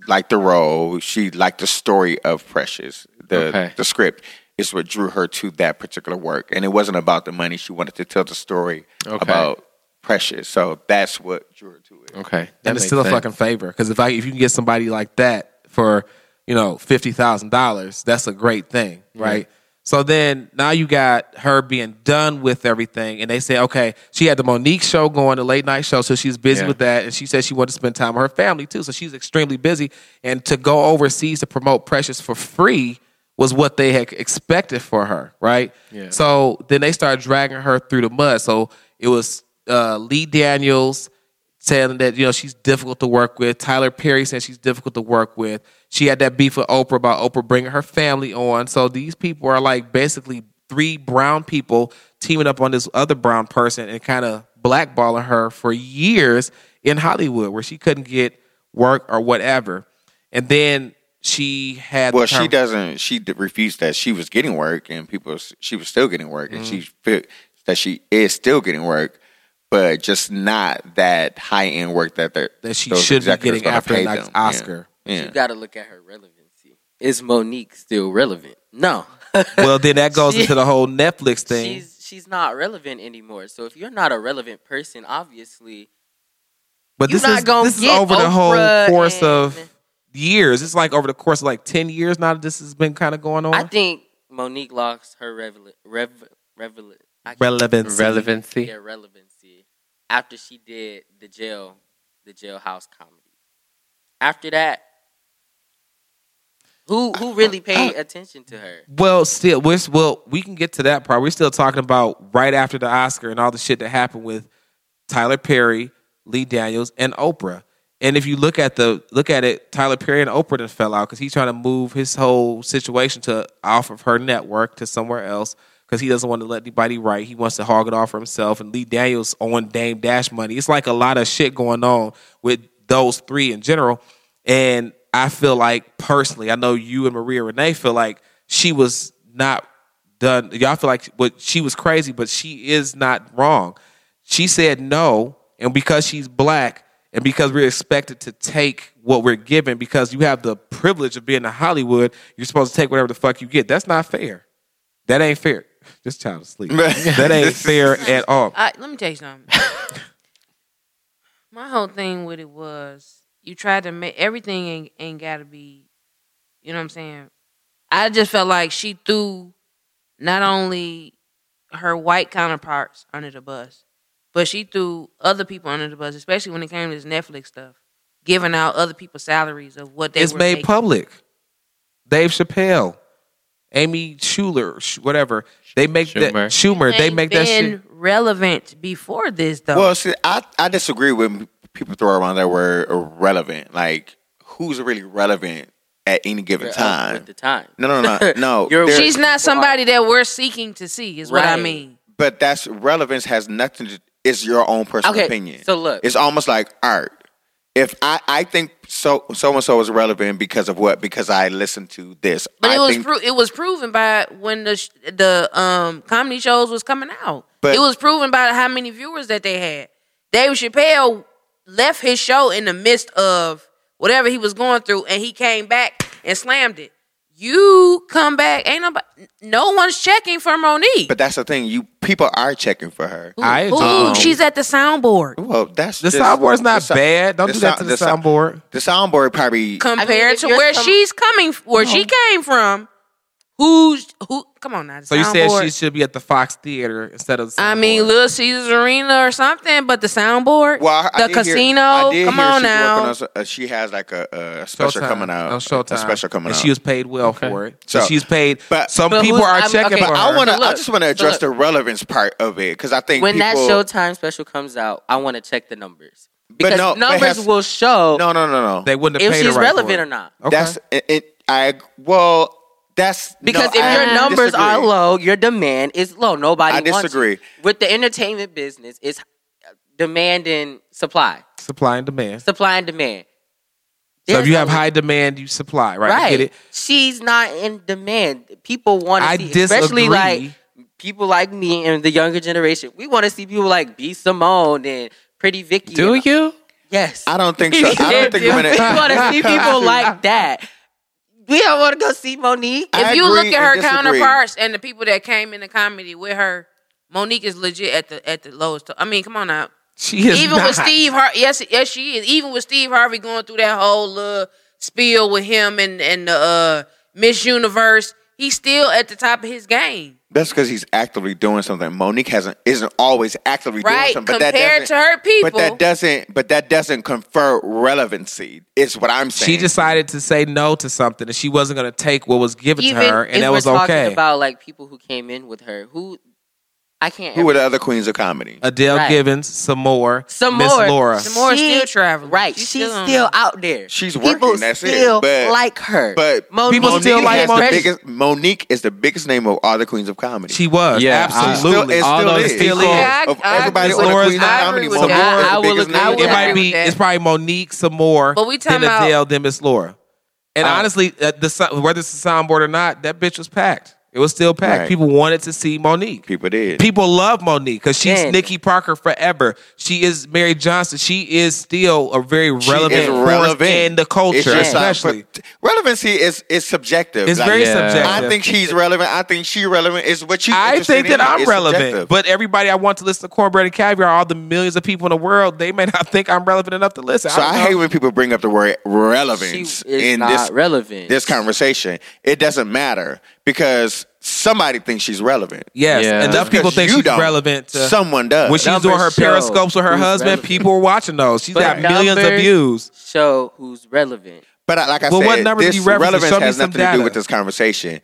S6: liked the role. She liked the story of Precious. The
S4: Okay.
S6: the script is what drew her to that particular work, and it wasn't about the money. She wanted to tell the story
S4: Okay.
S6: about Precious, so that's what drew her to it.
S4: okay, that
S2: and it's
S4: makes
S2: still a
S4: sense.
S2: fucking favor because if I if you can get somebody like that for you know fifty thousand dollars, that's a great thing, right? So then now you got her being done with everything, and they say, okay, she had the Monique show going, the late night show, so she's busy
S4: Yeah.
S2: with that, and she said she wanted to spend time with her family too, so she's extremely busy, and to go overseas to promote Precious for free was what they had expected for her, right?
S4: Yeah.
S2: So then they started dragging her through the mud. So it was uh, Lee Daniels saying that you know she's difficult to work with. Tyler Perry said she's difficult to work with. She had that beef with Oprah about Oprah bringing her family on. So these people are like basically three brown people teaming up on this other brown person and kind of blackballing her for years in Hollywood where she couldn't get work or whatever. And then she had
S6: Well,
S2: the
S6: she
S2: term-
S6: doesn't. She d- refused that she was getting work, and people. She was still getting work, and
S2: Mm.
S6: she feel that she is still getting work, but just not that high end work that they're,
S2: that she
S6: those
S2: should be
S6: executives
S2: getting
S6: gonna
S2: after
S6: pay
S2: an
S6: them. Yeah.
S2: Oscar.
S6: Yeah.
S5: You gotta look at her relevancy. Is Monique still relevant? No.
S2: Well, then that goes into the whole Netflix thing.
S5: She's she's not relevant anymore. So if you're not a relevant person, obviously
S2: But
S5: You
S2: this
S5: not
S2: is
S5: gonna
S2: this is
S5: get
S2: over the whole
S5: Oprah
S2: course
S5: and-
S2: of years. It's like over the course of like ten
S4: Uh-huh.
S2: years now. That this has been kind of going on.
S5: I think Monique lost her revel rev revel I can't-
S2: Relevance.
S4: Relevancy.
S5: Yeah, relevancy. After she did the jail, the jailhouse comedy. After that, who who really
S4: Uh,
S5: paid attention to her?
S2: Well, still, we're, well, we can get to that part. We're still talking about right after the Oscar and all the shit that happened with Tyler Perry, Lee Daniels, and Oprah. And if you look at the look at it, Tyler Perry and Oprah then fell out because he's trying to move his whole situation to off of her network to somewhere else because he doesn't want to let anybody write. He wants to hog it all for himself. And Lee Daniels on Dame Dash money. It's like a lot of shit going on with those three in general. And I feel like personally, I know you and Maria Renee feel like she was not done. Y'all feel like what she was crazy, but she is not wrong. She said no, and because she's black, and because we're expected to take what we're given, because you have the privilege of being in Hollywood, you're supposed to take whatever the fuck you get. That's not fair. That ain't fair. This child is asleep. that ain't fair at all.
S3: I, let me tell you something. My whole thing with it was you tried to make everything ain't, ain't got to be, you know what I'm saying? I just felt like she threw not only her white counterparts under the bus, but she threw other people under the bus, especially when it came to this Netflix stuff, giving out other people's salaries of what they
S2: it's
S3: were
S2: made
S3: making.
S2: public. Dave Chappelle, Amy Schuler, sh- whatever they make that
S4: Schumer.
S2: Schumer. They
S3: Ain't
S2: make that
S3: been
S2: shit.
S3: relevant before this though.
S6: Well, see, I, I disagree when people throw around that word relevant. Like, who's really relevant at any given
S5: You're up
S6: time?
S5: With the time.
S6: No, no, no, no.
S5: You're-
S6: There-
S3: She's not somebody that we're seeking to see, is what I
S5: Right.
S3: mean.
S6: but that's relevance has nothing to. It's your own personal
S5: Okay,
S6: opinion.
S5: so look.
S6: it's almost like art. If I, I think so, so and so is relevant because of what? Because I listened to this.
S3: But
S6: I
S3: it was
S6: think,
S3: pro- it was proven by when the sh- the um comedy shows was coming out.
S6: But-
S3: it was proven by how many viewers that they had. Dave Chappelle left his show in the midst of whatever he was going through, and he came back and slammed it. You come back, ain't nobody, no one's checking for Monique.
S6: but that's the thing. You people are checking for her.
S3: Who-
S2: I-
S3: who?
S2: um,
S3: she's at the soundboard
S6: Well, that's
S2: The
S6: just-
S2: soundboard's not
S6: the sou-
S2: bad. Don't
S6: the
S2: do that
S6: sou-
S2: to the,
S6: sou-
S2: soundboard.
S6: The soundboard probably.
S3: compared
S5: if
S3: to
S5: you're
S3: where
S5: some-
S3: she's coming, f- where she came from. Who's who? Come on now. the
S2: So you said
S3: soundboard.
S2: she should be at the Fox Theater instead of. the
S3: I mean,
S2: soundboard.
S3: Little Caesars Arena or something, but the soundboard,
S6: Well, I,
S3: the
S6: I did hear-
S3: casino.
S6: I did
S3: come
S6: hear
S3: on
S6: she's working
S3: now.
S6: on so- uh, she has like a, a special
S2: Showtime.
S6: coming out.
S2: No Showtime.
S6: A special coming
S2: and
S6: out.
S2: She was paid well for it. So
S6: So-
S2: she's paid. But
S6: but-
S2: some
S5: But
S2: people
S5: who's-
S2: are
S5: I'm-
S2: checking
S5: okay,
S2: for
S6: but
S2: her.
S6: I want to.
S5: So look,
S6: I just want to
S5: so
S6: address
S5: look.
S6: the relevance part of it because I think
S5: When that
S6: people-
S5: Showtime special comes out, I want to check the numbers because
S6: no, but
S5: numbers
S6: has-
S5: will show
S6: No, no, no, no.
S2: they wouldn't have
S5: if
S2: paid
S5: she's
S2: her right
S5: relevant
S2: for it.
S5: or not.
S2: Okay.
S6: That's it, it. I well, that's
S5: Because
S6: no,
S5: if
S6: I
S5: your numbers
S6: disagree.
S5: are low, your demand is low. Nobody.
S6: I
S5: wants you.
S6: disagree.
S5: With the entertainment business, it's demand and supply,
S2: supply and demand.
S5: supply and demand.
S2: So if
S5: There's
S2: you
S5: no-
S2: have high demand, you supply. Right. I
S5: right,
S2: Get it?
S5: she's not in demand. People want
S2: I
S5: to see,
S2: disagree.
S5: especially like people like me and the younger generation. We want to see people like B. Simone and Pretty Vicky.
S4: Do
S5: and-
S4: you?
S5: Yes.
S6: I don't think so. I don't think women.
S5: we want to see people like that. We don't want to go see Monique.
S6: I
S3: if you look
S6: agree
S3: at her
S6: and disagree.
S3: counterparts and the people that came into comedy with her, Monique is legit at the at the lowest. I mean, come on now.
S2: She is
S3: Even
S2: not.
S3: with Steve Harvey, yes, yes, she is. Even with Steve Harvey going through that whole little spiel with him and and the uh, Miss Universe, he's still at the top of his game,
S6: That's because he's actively doing something. Monique hasn't isn't always actively doing
S3: right?
S6: something. but that
S3: Compared to
S6: doesn't-
S3: her people,
S6: But that doesn't. But that doesn't confer relevancy. Is what I'm saying.
S2: She decided to say no to something, and she wasn't going to take what was given
S5: even
S2: to her, and
S5: if
S2: that
S5: we're
S2: was
S5: talking
S2: okay.
S5: about like people who came in with her who i can't
S6: Who were the other queens of comedy?
S2: Adele
S5: Right.
S2: Givens, some more,
S5: some
S2: Miss
S5: more
S2: Laura.
S3: Some more still traveling.
S5: right
S3: She's
S5: she's,
S3: still
S5: still,
S3: on.
S5: out there
S6: She's
S5: people
S6: working, that's it,
S5: still
S6: but-
S5: like her
S6: but
S5: Monique
S2: People still
S6: Monique
S2: like
S6: has
S2: Monique.
S6: The biggest, Monique is the biggest name of all the queens of comedy.
S2: She was
S4: Yeah,
S2: absolutely.
S6: It's still-
S4: All those
S6: it's
S2: still
S4: people-
S2: is.
S3: Yeah, I-
S6: of
S3: I
S6: everybody
S2: agree
S6: on
S2: with
S6: the queens of
S2: that.
S3: I
S6: comedy,
S3: agree with
S6: Monique
S3: that.
S6: is
S5: I will
S6: the biggest
S5: agree
S6: name.
S5: with
S2: it
S5: Yeah, I
S2: might
S3: agree
S2: be.
S3: with that.
S2: It's probably Monique, some more.
S3: But we talking
S2: then
S3: about-
S2: Adele, then Miss Laura. And
S5: Oh.
S2: honestly, uh, the so- whether it's a soundboard or not, that bitch was packed. It was still packed.
S6: Right.
S2: People wanted to see Monique.
S6: People did.
S2: People love Monique because she's
S5: Yeah.
S2: Nikki Parker forever. She is Mary Johnson. She is still a very
S6: She
S2: relevant,
S6: is
S2: force in the culture,
S6: It's just not-
S2: especially.
S6: but relevancy is is subjective.
S2: It's very
S4: Yeah.
S2: subjective.
S6: I think she's relevant. I think she relevant. It's what you.
S2: I
S6: interested
S2: think that
S6: in
S2: I'm
S6: is
S2: relevant,
S6: subjective.
S2: but everybody I want to listen to Cornbread and Caviar, all the millions of people in the world, they may not think I'm relevant enough to listen.
S6: so
S2: I,
S6: I,
S2: don't know.
S6: hate when people bring up the word
S5: she
S6: relevance
S5: is
S6: in
S5: not
S6: this
S5: relevant
S6: this conversation. It doesn't matter because somebody thinks she's relevant.
S2: Yes,
S4: Yeah.
S2: enough
S4: Just
S2: people
S6: Because
S2: think
S6: you
S2: she's
S6: don't.
S2: relevant. To,
S6: Someone does.
S2: when she's
S5: Numbers
S2: doing her
S5: show
S2: periscopes with her
S5: who's
S2: husband,
S5: relevant.
S2: people are watching those. She's
S5: But
S2: got millions of
S5: numbers-
S2: views.
S5: Show who's relevant.
S6: but I, like I
S2: Well,
S6: said,
S2: what numbers
S6: this
S2: you referencing?
S6: relevance
S2: Show me
S6: has
S2: some
S6: nothing to
S2: data.
S6: do with this conversation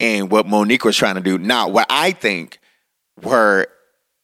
S6: and what Monique was trying to do. Now, what I think where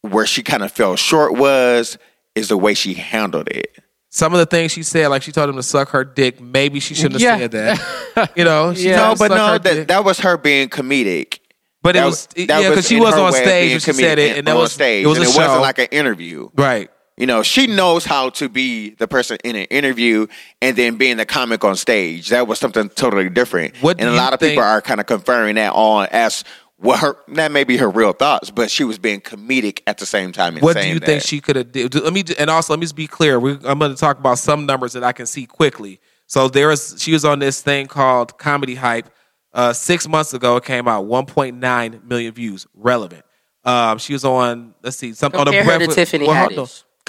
S6: where she kind of fell short was is the way she handled it.
S2: Some of the things she said, like she told him to suck her dick, maybe she shouldn't have
S4: Yeah.
S2: said that. You know, she told
S4: Yeah.
S2: him
S6: no,
S2: to
S6: but
S2: suck her
S6: no,
S2: dick.
S6: that, that was her being comedic.
S2: but it
S6: That
S2: was,
S6: that
S2: yeah, because she
S6: in
S2: was
S6: her
S2: on
S6: way
S2: stage
S6: of being
S2: when she said
S6: comedic
S2: it, and that
S6: on
S2: was
S6: stage,
S2: it was a
S6: and it
S2: show,
S6: wasn't like an interview.
S2: right?
S6: You know, she knows how to be the person in an interview and then being the comic on stage. That was something totally different.
S2: What do
S6: and a
S2: you
S6: lot of
S2: think-
S6: people are kind of conferring that on as what her that may be her real thoughts, but she was being comedic at the same time. And
S2: What do
S6: saying
S2: you think
S6: that.
S2: she could have did? Let me ju- and also let me just be clear. We, I'm going to talk about some numbers that I can see quickly. So there is she was on this thing called Comedy Hype. Uh, six months ago, it came out 1.9 million views. Relevant. Um, she was on. Let's see. Some, on the
S5: Compare her to
S2: Breakfast-
S5: Tiffany
S2: hold
S5: Haddish.
S2: on.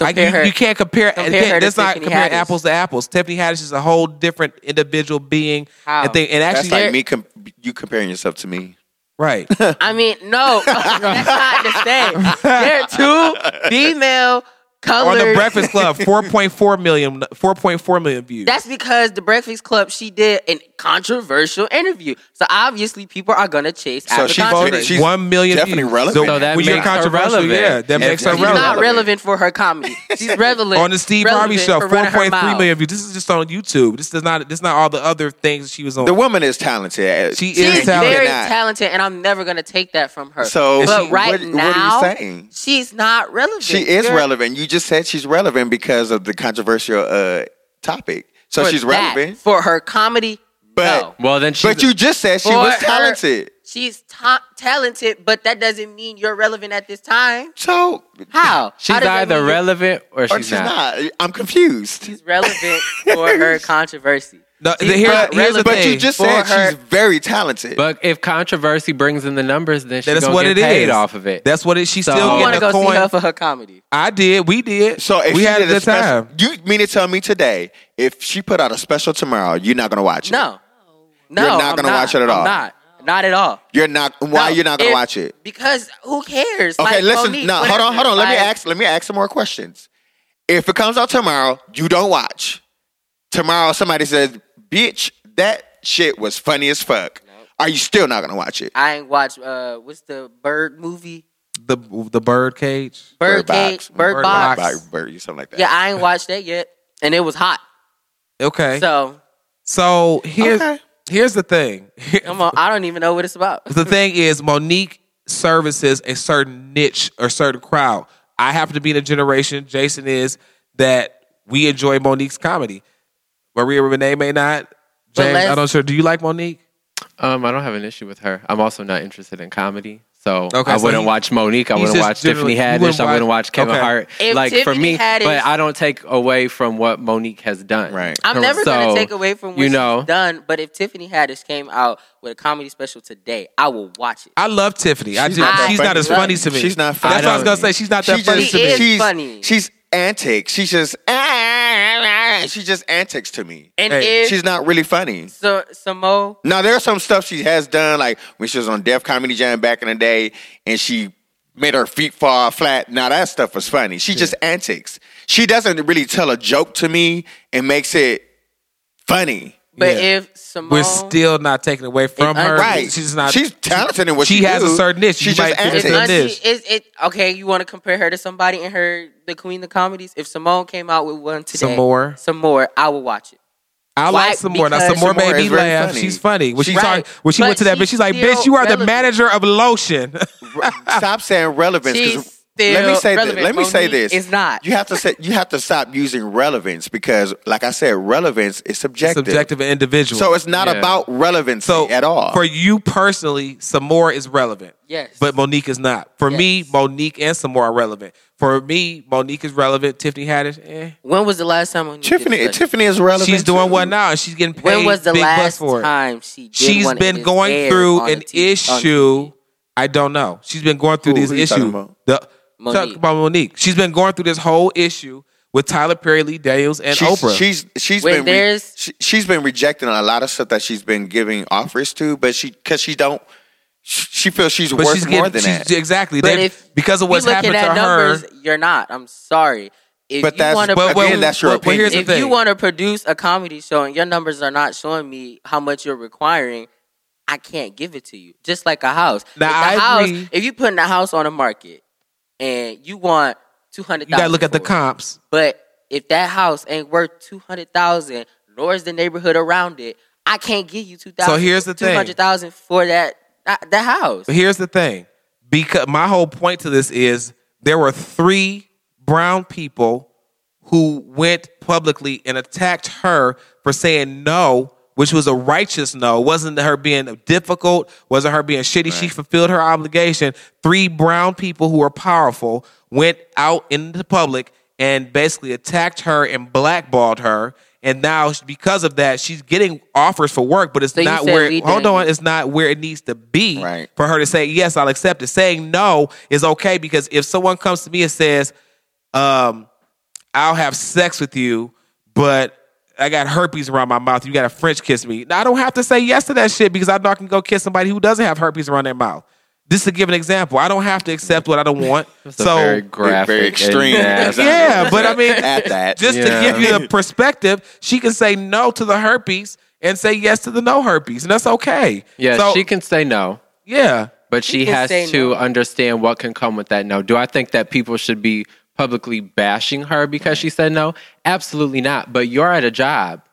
S2: I,
S5: Compare
S2: you,
S5: her-
S2: you can't compare.
S5: compare
S2: it can't-
S5: her to
S2: that's not
S5: Tiffany
S2: comparing
S5: Haddish.
S2: apples to apples. Tiffany Haddish is a whole different individual being.
S5: How?
S2: And, thing, and
S6: That's
S2: actually,
S6: like me com- you comparing yourself to me.
S2: right.
S5: I mean, no, that's not the same. There are two female
S2: on
S5: colors.
S2: the Breakfast Club, 4.4 million, 4.4 million views.
S5: That's because the Breakfast Club she did an controversial interview, so obviously people are gonna chase
S6: So
S5: after
S6: she
S5: controversy.
S6: voted- She's
S2: one million
S6: definitely
S2: views.
S6: relevant.
S4: So that
S2: when you're
S4: makes her
S2: controversial,
S4: relevant.
S2: yeah, that
S6: Yeah,
S2: makes her
S6: she's
S5: She's not
S2: relevant.
S5: relevant for her comedy. She's relevant
S2: On the Steve Harvey
S5: relevant
S2: show,
S5: for
S2: four
S5: running her
S2: point three
S5: mouth.
S2: million views. This is just on YouTube. This does not. This is not all the other things she was on.
S6: The woman is talented.
S2: She
S6: And
S2: is
S5: She's
S6: you
S2: talented.
S5: very
S6: cannot-
S5: talented, and I'm never gonna take that from her.
S6: So
S5: but
S6: she-
S5: right
S6: what- what are you
S5: now,
S6: saying?
S5: she's not relevant.
S6: She is
S5: You're-
S6: relevant. You just said she's relevant because of the controversial uh, topic. So
S5: for
S6: she's
S5: that.
S6: relevant.
S5: for her comedy.
S6: But-
S5: no.
S4: Well, then she's
S6: But you just said she
S5: For
S6: was
S5: her-
S6: talented.
S5: she's ta- talented, but that doesn't mean you're relevant at this time.
S6: So
S5: How?
S4: she's
S5: How does that
S4: either
S5: mean
S4: relevant or she's,
S6: or she's not. I'm confused.
S5: She's relevant for her controversy.
S2: No,
S5: She's
S2: the- here- here's
S5: not
S2: the
S5: relevant.
S6: But
S2: thing.
S6: you just
S5: for
S6: said
S5: her-
S6: she's very talented.
S4: But if controversy brings in the numbers, then she's
S2: that's
S4: gonna
S2: what
S4: get
S2: it is.
S4: paid off of it.
S2: That's what it. She's
S4: So-
S2: still
S5: I
S4: You
S5: want
S2: getting
S5: to
S2: a
S5: go see her
S2: coin.
S5: for her comedy.
S2: I did. We did.
S6: so if
S2: we
S6: she
S2: had a
S6: did
S2: good
S6: special,
S2: time.
S6: you mean to tell me today if she put out a special tomorrow, you're not gonna watch it?
S5: No, no,
S6: You're not
S5: I'm
S6: gonna watch it at
S5: I'm
S6: all.
S5: not, not at all.
S6: you're not. Why
S5: No,
S6: you're not gonna
S5: if-
S6: watch it?
S5: Because who cares?
S6: Okay,
S5: Like,
S6: listen.
S5: Monique,
S6: no, hold
S5: whatever.
S6: on, hold on. Let me
S5: Like,
S6: ask. Let me ask some more questions. If it comes out tomorrow, you don't watch. Tomorrow, somebody says, "Bitch, that shit was funny as fuck." Are you still not gonna watch it?
S5: I ain't watch. Uh, what's the bird movie?
S2: The the bird cage.
S5: Bird, Cage, Bird, Box.
S6: Bird, Box, Bird, something like that.
S5: Yeah, I ain't watched that yet, and it was hot.
S2: Okay. So,
S5: So
S2: here's
S6: Okay.
S2: here's the thing.
S5: come on, I don't even know what it's about.
S2: the thing is Monique services a certain niche or certain crowd. I happen to be in a generation, Jason is, that we enjoy Monique's comedy. Maria Renee may not.
S5: But
S2: James,
S5: let's-
S2: I don't sure. Do you like Monique?
S4: Um, I don't have an issue with her. I'm also not interested in comedy. So
S2: Okay,
S4: I
S2: so
S4: wouldn't
S2: he-
S4: watch Monique. I
S2: he's
S4: wouldn't
S2: just
S4: watch
S2: generally-
S4: Tiffany
S2: you wouldn't
S4: Haddish. I wouldn't
S2: watch-
S4: watch Kevin
S2: okay.
S4: Hart.
S5: If
S4: like for
S5: Tiffany
S4: me,
S5: Haddish-
S4: but I don't take away from what Monique has done.
S6: Right.
S5: I'm never
S4: So,
S5: gonna take away from what
S4: you know.
S5: she's done, but if Tiffany Haddish came out with a comedy special today, I will watch it.
S2: I love Tiffany. I
S6: She's
S2: do.
S5: not
S2: she's
S5: funny.
S2: not as funny to me.
S6: She's not
S2: That's what I was
S4: funny.
S2: gonna say. She's not that
S6: She
S2: funny
S6: just-
S2: to me.
S5: is
S6: she's,
S5: funny.
S6: She's antics. She's just ah, she's just antics to me.
S5: And
S2: Hey,
S5: if
S6: She's not really funny.
S5: so, Samo,
S6: Now there's some stuff she has done, like when she was on Def Comedy Jam back in the day, and she made her feet fall flat. Now that stuff was funny. She just antics. She doesn't really tell a joke to me and makes it funny.
S5: but
S2: Yeah.
S5: if Samo,
S2: We're still not taking away from
S5: It's
S2: her.
S6: uh, Right?
S2: She's not.
S6: She's talented in what she,
S2: She has a
S6: do.
S2: certain niche. You
S6: She's just
S2: might think it's
S5: if
S6: antics.
S2: a
S5: Auntie
S2: niche.
S5: is it okay? You want to compare her to somebody in her the Queen of Comedies? If Simone came out with one today,
S2: Some more.
S5: some more, I will watch it.
S2: I
S5: Why?
S2: like some more. Now
S5: Because
S2: some more
S6: Samora
S2: made me
S6: is very
S2: laugh.
S6: funny.
S2: She's funny. When she,
S5: Right.
S2: talked, when she
S5: But
S2: went to that bitch,
S5: she's
S2: she's like,
S5: still
S2: "Bitch, you are the
S5: relevant.
S2: manager of lotion."
S6: Stop saying relevance. 'cause
S5: She's
S6: let me
S5: still
S6: say this.
S5: relevant.
S6: Let me say
S5: Monique
S6: this.
S5: is not.
S6: You have to say. You have to stop using relevance because, like I said, relevance is subjective.
S2: Subjective and individual.
S6: So it's not
S4: Yeah.
S6: about relevancy
S2: so
S6: at all.
S2: for you personally. Samora is relevant.
S5: Yes.
S2: but Monique is not. For me, Monique and Samora are relevant. For me, Monique is relevant. Tiffany Haddish, eh.
S5: When was the last time Monique did
S6: Tiffany,
S5: a special?
S6: Tiffany is relevant.
S2: she's doing
S6: too.
S2: what now? And she's getting paid.
S5: When was the
S2: big bucks
S5: last
S2: for it.
S5: time she did
S2: she's
S5: one and
S2: been
S5: it's
S2: going
S5: aired
S2: through
S5: on
S2: an
S5: the TV on
S2: issue. I don't know. She's been going through
S6: Who-
S2: these
S6: who you
S2: issues.
S6: talking about?
S2: The,
S5: Monique.
S2: Talk about Monique. She's been going through this whole issue with Tyler Perry, Lee Daniels, and
S6: she's,
S2: Oprah.
S6: She's she's
S5: When
S6: been re-
S5: there's-
S6: she, she's been rejecting a lot of stuff that she's been giving offers to, but she because she don't sh- she feels she's
S2: But
S6: worth
S2: she's
S6: more
S2: getting
S6: than
S2: she's,
S6: that.
S2: exactly
S5: But
S2: They-
S5: if
S2: because of
S5: We
S2: what's happened
S5: looking
S2: to
S5: at
S2: her.
S5: numbers, you're not. I'm sorry. If
S6: but
S5: you
S6: that's
S5: wanna
S2: But-
S5: produce-
S6: again, that's your
S2: but- but
S6: opinion.
S2: here's the
S5: if you
S2: thing.
S5: want to produce a comedy show and your numbers are not showing me how much you're requiring, I can't give it to you. Just like a house.
S2: Now,
S5: if the
S2: I
S5: house,
S2: agree.
S5: if you putting a house on the market and you want two hundred
S2: you gotta
S5: thousand,
S2: look at the comps.
S5: But if that house ain't worth two hundred thousand, nor is the neighborhood around it, I can't give you two thousand.
S2: So here's the thing.
S5: two hundred thousand for that that that house.
S2: But here's the thing, because my whole point to this is there were three brown people who went publicly and attacked her for saying no, which was a righteous no. It wasn't her being difficult, wasn't her being shitty. She fulfilled her obligation. Three brown people who are powerful went out into the public and basically attacked her and blackballed her. And now, because of that, she's getting offers for work, but it's
S5: So you
S2: not
S5: said
S2: where.
S5: we
S2: hold
S5: didn't-
S2: on, it's not where it needs to be
S6: Right.
S2: for her to say yes i'll accept it saying no is okay because if someone comes to me and says um, i'll have sex with you but i got herpes around my mouth you got to french kiss me now, i don't have to say yes to that shit because i know i can go kiss somebody who doesn't have herpes around their mouth just to give an example i don't have to accept what i don't want
S4: It's a
S2: so
S4: very graphic,
S6: very
S4: and
S6: extreme.
S4: nasty-
S2: yeah, but I mean,
S6: at that,
S2: just
S4: Yeah.
S2: to give you the perspective, she can say no to the herpes and say yes to the no herpes, and that's okay.
S4: yeah.
S2: So-
S4: she can say no.
S2: Yeah,
S4: But she
S5: can
S4: has
S5: say
S4: to
S5: no.
S4: understand what can come with that no. Do I think that people should be publicly bashing her because she said no? Absolutely not. But you're at a job,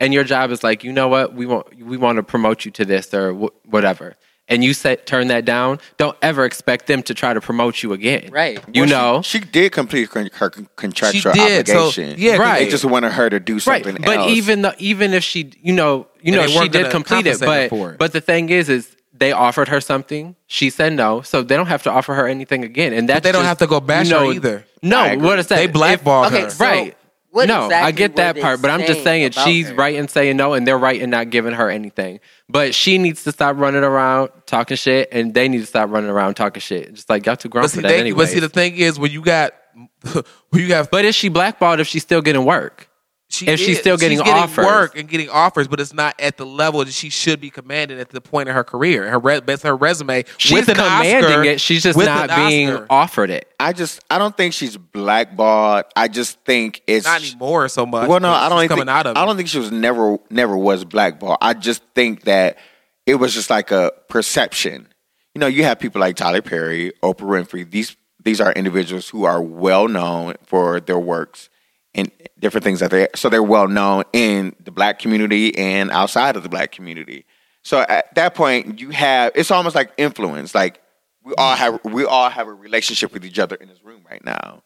S4: and your job is like, you know what? We want we want to promote you to this or wh- whatever. And you say turn that down. Don't ever expect them to try to promote you again.
S5: Right.
S4: You
S6: Well,
S4: know.
S6: she- she, did complete con- her con- contractual
S2: did, so-
S6: obligation.
S2: yeah, 'cause
S6: They
S4: Right.
S6: just wanted her to do
S4: right.
S6: something
S4: But
S6: else.
S4: even though, even if she, you know, you
S2: And
S4: know,
S2: they
S4: she
S2: weren't
S4: did
S2: gonna
S4: complete it.
S2: compensate her
S4: But
S2: for it.
S4: but the thing is, is they offered her something. She said no, so they don't have to offer her anything again. And that's
S2: they don't
S4: just,
S2: have to go bash
S4: you know,
S2: her either.
S6: I
S4: No,
S6: agree.
S4: what is that?
S2: they blackballed
S5: okay,
S2: her.
S5: so-
S4: right.
S5: what
S4: no, I
S5: exactly
S4: get
S5: were
S4: that
S5: they
S4: part, but I'm just
S5: saying
S4: saying it.
S5: about
S4: She's
S5: her?
S4: right in saying no, and they're right in not giving her anything. But she needs to stop running around talking shit, and they need to stop running around talking shit. Just like y'all too grown
S2: but
S4: for
S2: see,
S4: that
S2: they-
S4: anyway.
S2: but see, the thing is, when you got, when you got,
S4: but is she blackballed if she's still getting work?
S2: she
S4: if she's still getting offers.
S2: work and getting offers, but it's not at the level that she should be commanding at the point in her career. Her re- that's her resume.
S4: She's
S2: with an
S4: commanding
S2: Oscar-
S4: it. She's just
S2: with
S4: not
S2: an
S4: being
S2: Oscar.
S4: offered it.
S6: I just, I don't think she's blackballed. I just think it's
S2: not anymore so much.
S6: Well, no,
S2: but
S6: I don't
S2: she's
S6: think,
S2: coming out of.
S6: I
S2: it.
S6: don't think she was never never was blackballed. I just think that it was just like a perception. You know, you have people like Tyler Perry, Oprah Winfrey. These these are individuals who are well known for their works and different things that they. So they're well known in the black community and outside of the black community. So at that point, you have it's almost like influence. Like we all have we all have a relationship with each other in this room right now.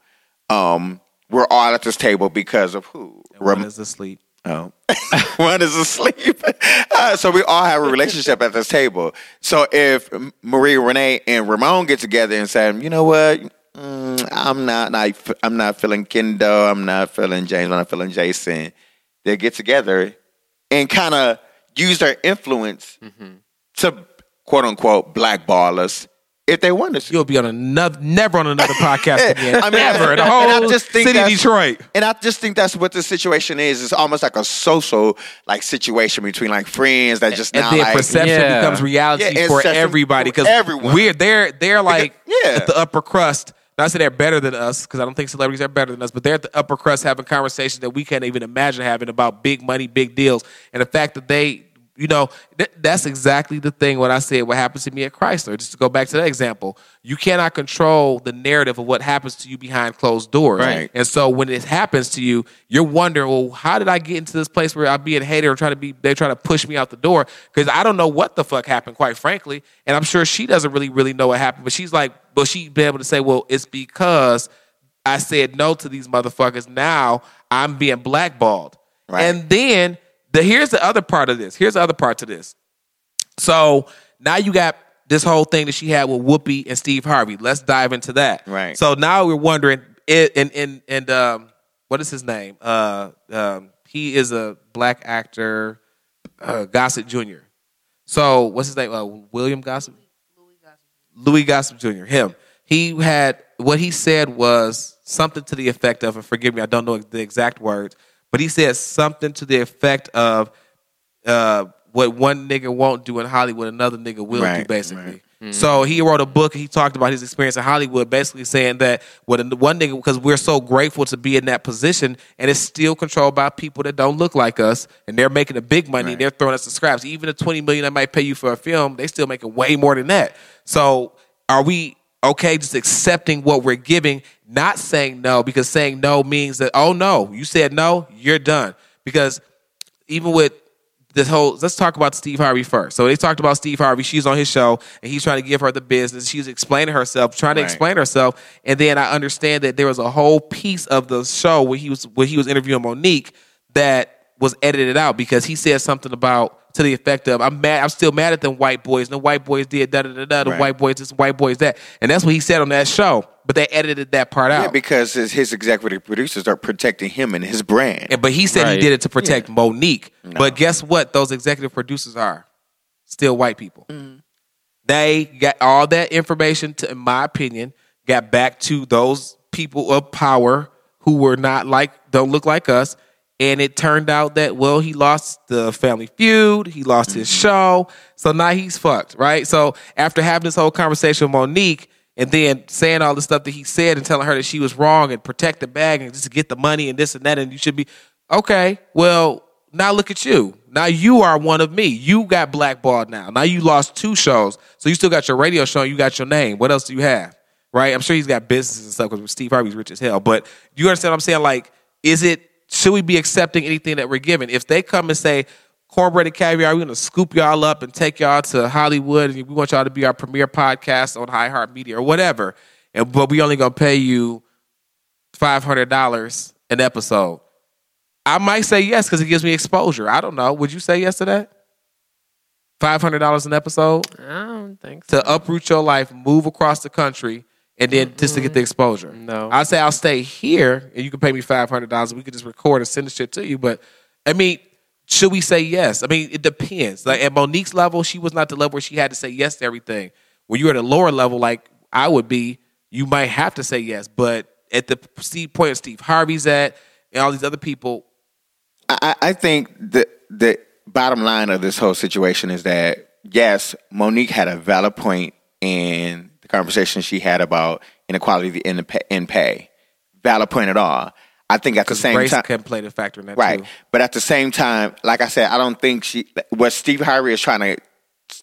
S6: Um, we're all at this table because of who?
S2: One
S6: Ram-
S2: is asleep.
S6: Oh. One is asleep. Uh, so we all have a relationship at this table. So if M- Maria Renee and Ramon get together and say, you know what, Mm, I'm not, I, am not feeling Kendall, I'm not feeling James, I'm not feeling Jason, they get together and kind of use their influence to quote unquote blackball us if they wanted to.
S2: You'll be on another, never on another podcast again.
S6: I mean,
S2: ever.
S6: and
S2: The
S6: I
S2: whole
S6: just think
S2: city of
S6: that's-
S2: Detroit.
S6: And I just think that's what the situation is. It's almost like a social like situation between like friends that just
S2: and
S6: now
S2: then
S6: like
S2: perception
S4: Yeah.
S2: becomes reality
S6: Yeah, and
S2: for
S6: session
S2: everybody
S6: for
S2: because
S6: everyone.
S2: we're they're they're like
S6: yeah.
S2: at the upper crust. Not say they're better than us because I don't think celebrities are better than us, but they're at the upper crust having conversations that we can't even imagine having about big money, big deals, and the fact that they. You know, th- that's exactly the thing when I said what happens to me at Chrysler. Just to go back to that example, you cannot control the narrative of what happens to you behind closed doors.
S6: Right.
S2: And so when it happens to you, you're wondering, well, how did I get into this place where I'm being hated or trying to be, they're trying to push me out the door? Because I don't know what the fuck happened, quite frankly. And I'm sure she doesn't really, really know what happened. But she's like, well, she'd be able to say, well, it's because I said no to these motherfuckers. Now I'm being blackballed.
S6: Right.
S2: And then the here's the other part of this. Here's the other part to this. So now you got this whole thing that she had with Whoopi and Steve Harvey. Let's dive into that.
S6: Right.
S2: So now we're wondering, it, and and and um, what is his name? Uh, um, he is a black actor, uh, Gossett Jr. So what's his name? Uh, William Gossett. Louis Gossett Jr. Him. He had what he said was something to the effect of, and forgive me, I don't know the exact words, but he said something to the effect of uh, what one nigga won't do in Hollywood, another nigga will do,
S6: Right,
S2: basically.
S6: right.
S2: So he wrote a book. He talked about his experience in Hollywood, basically saying that what one thing because we're so grateful to be in that position, and it's still controlled by people that don't look like us, and they're making the big money. They're throwing us the scraps. Even the twenty million I might pay you for a film, they still making way more than that. So are we okay just accepting what we're giving, not saying no because saying no means that oh no, you said no, you're done because even with this whole let's talk about Steve Harvey first. So they talked about Steve Harvey. She's on his show and he's trying to give her the business. She's explaining herself, trying to
S6: Right.
S2: explain herself. And then I understand that there was a whole piece of the show where he was when he was interviewing Monique that was edited out because he said something about to the effect of I'm mad I'm still mad at them white boys. The white boys did da da da da the
S6: Right.
S2: white boys this white boys that. And that's what he said on that show. But they edited that part
S6: Yeah,
S2: out.
S6: because his, his executive producers are protecting him and his brand.
S2: And- but he said he
S4: Right.
S2: did it to protect Monique. But guess what? Those executive producers are still white people. They got all that information. To, in my opinion, got back to those people of power who were not like don't look like us. And it turned out that well, he lost the Family Feud. He lost his show. So now he's fucked, right? So after having this whole conversation with Monique. And then saying all the stuff that he said and telling her that she was wrong and protect the bag and just get the money and this and that and you should be okay. Well, now look at you. Now you are one of me. You got blackballed now. Now you lost two shows. So you still got your radio show. and You got your name. What else do you have? Right? I'm sure he's got businesses and stuff because Steve Harvey's rich as hell. But you understand what I'm saying? Like, is it, should we be accepting anything that we're given? If they come and say, Cornbread and Caviar, we're going to scoop y'all up and take y'all to Hollywood and we want y'all to be our premier podcast on iHeartMedia or whatever. And, but we only going to pay you $500 an episode. I might say yes because it gives me exposure. I don't know. Would you say yes to that? Five hundred dollars an episode
S4: I don't think so.
S2: to uproot your life, move across the country, and then just to get the exposure.
S4: No.
S2: I say I'll stay here, and you can pay me five hundred dollars. We could just record and send the shit to you. But I mean, should we say yes? I mean, it depends. Like at Monique's level, she was not the level where she had to say yes to everything. When you're at a lower level, like I would be, you might have to say yes. But at the Steve point Steve Harvey's at, and all these other people,
S6: I, I I think the the bottom line of this whole situation is that yes, Monique had a valid point in the conversation she had about inequality in the pay, in pay. Valid point at all. I think at the
S2: because
S6: same
S2: race
S6: time,
S2: can play the factor in that
S6: right?
S2: too.
S6: But at the same time, like I said, I don't think she what Steve Harvey is trying to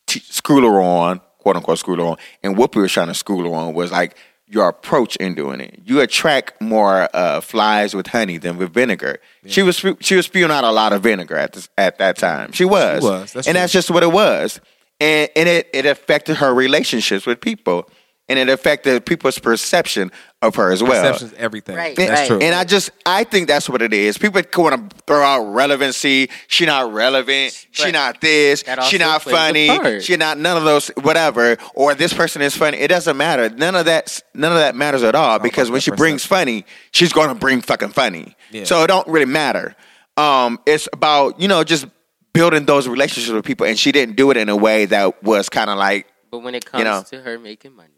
S6: t- screw her on, quote unquote, screw her on, and Whoopi was trying to screw her on was like your approach in doing it. You attract more uh, flies with honey than with vinegar. She was spe- she was spewing out a lot of vinegar at this, at that time. She was,
S2: was, that's
S6: and
S2: true.
S6: that's just what it was. And and it it affected her relationships with people, and it affected people's perception of her as well.
S2: Perception's everything.
S5: Right.
S2: That's
S5: Right.
S2: true.
S6: And I just, I think that's what it is. People want to throw out relevancy. She not relevant. She
S5: But
S6: not this.
S5: that also
S6: She not
S5: plays a
S6: funny.
S5: part.
S6: She not none of those. Whatever. Or this person is funny. It doesn't matter. None of that. None of that matters at
S5: Oh,
S6: all. Because when she brings funny, she's going to bring fucking funny. So it don't really matter. Um, it's about you know just building those relationships with people, and she didn't do it in a way that was kind of like
S5: But when it comes
S6: know.
S5: to her making money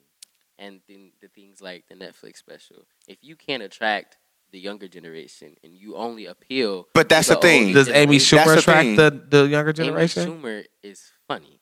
S5: and then the things like the Netflix special, if you can't attract the younger generation and you only appeal,
S6: But that's
S5: to
S6: the thing.
S5: older
S2: Does Amy
S5: generation,
S6: That's
S2: Schumer
S6: the
S2: attract
S6: thing.
S2: the, the younger
S5: Amy
S2: generation?
S5: Schumer is funny.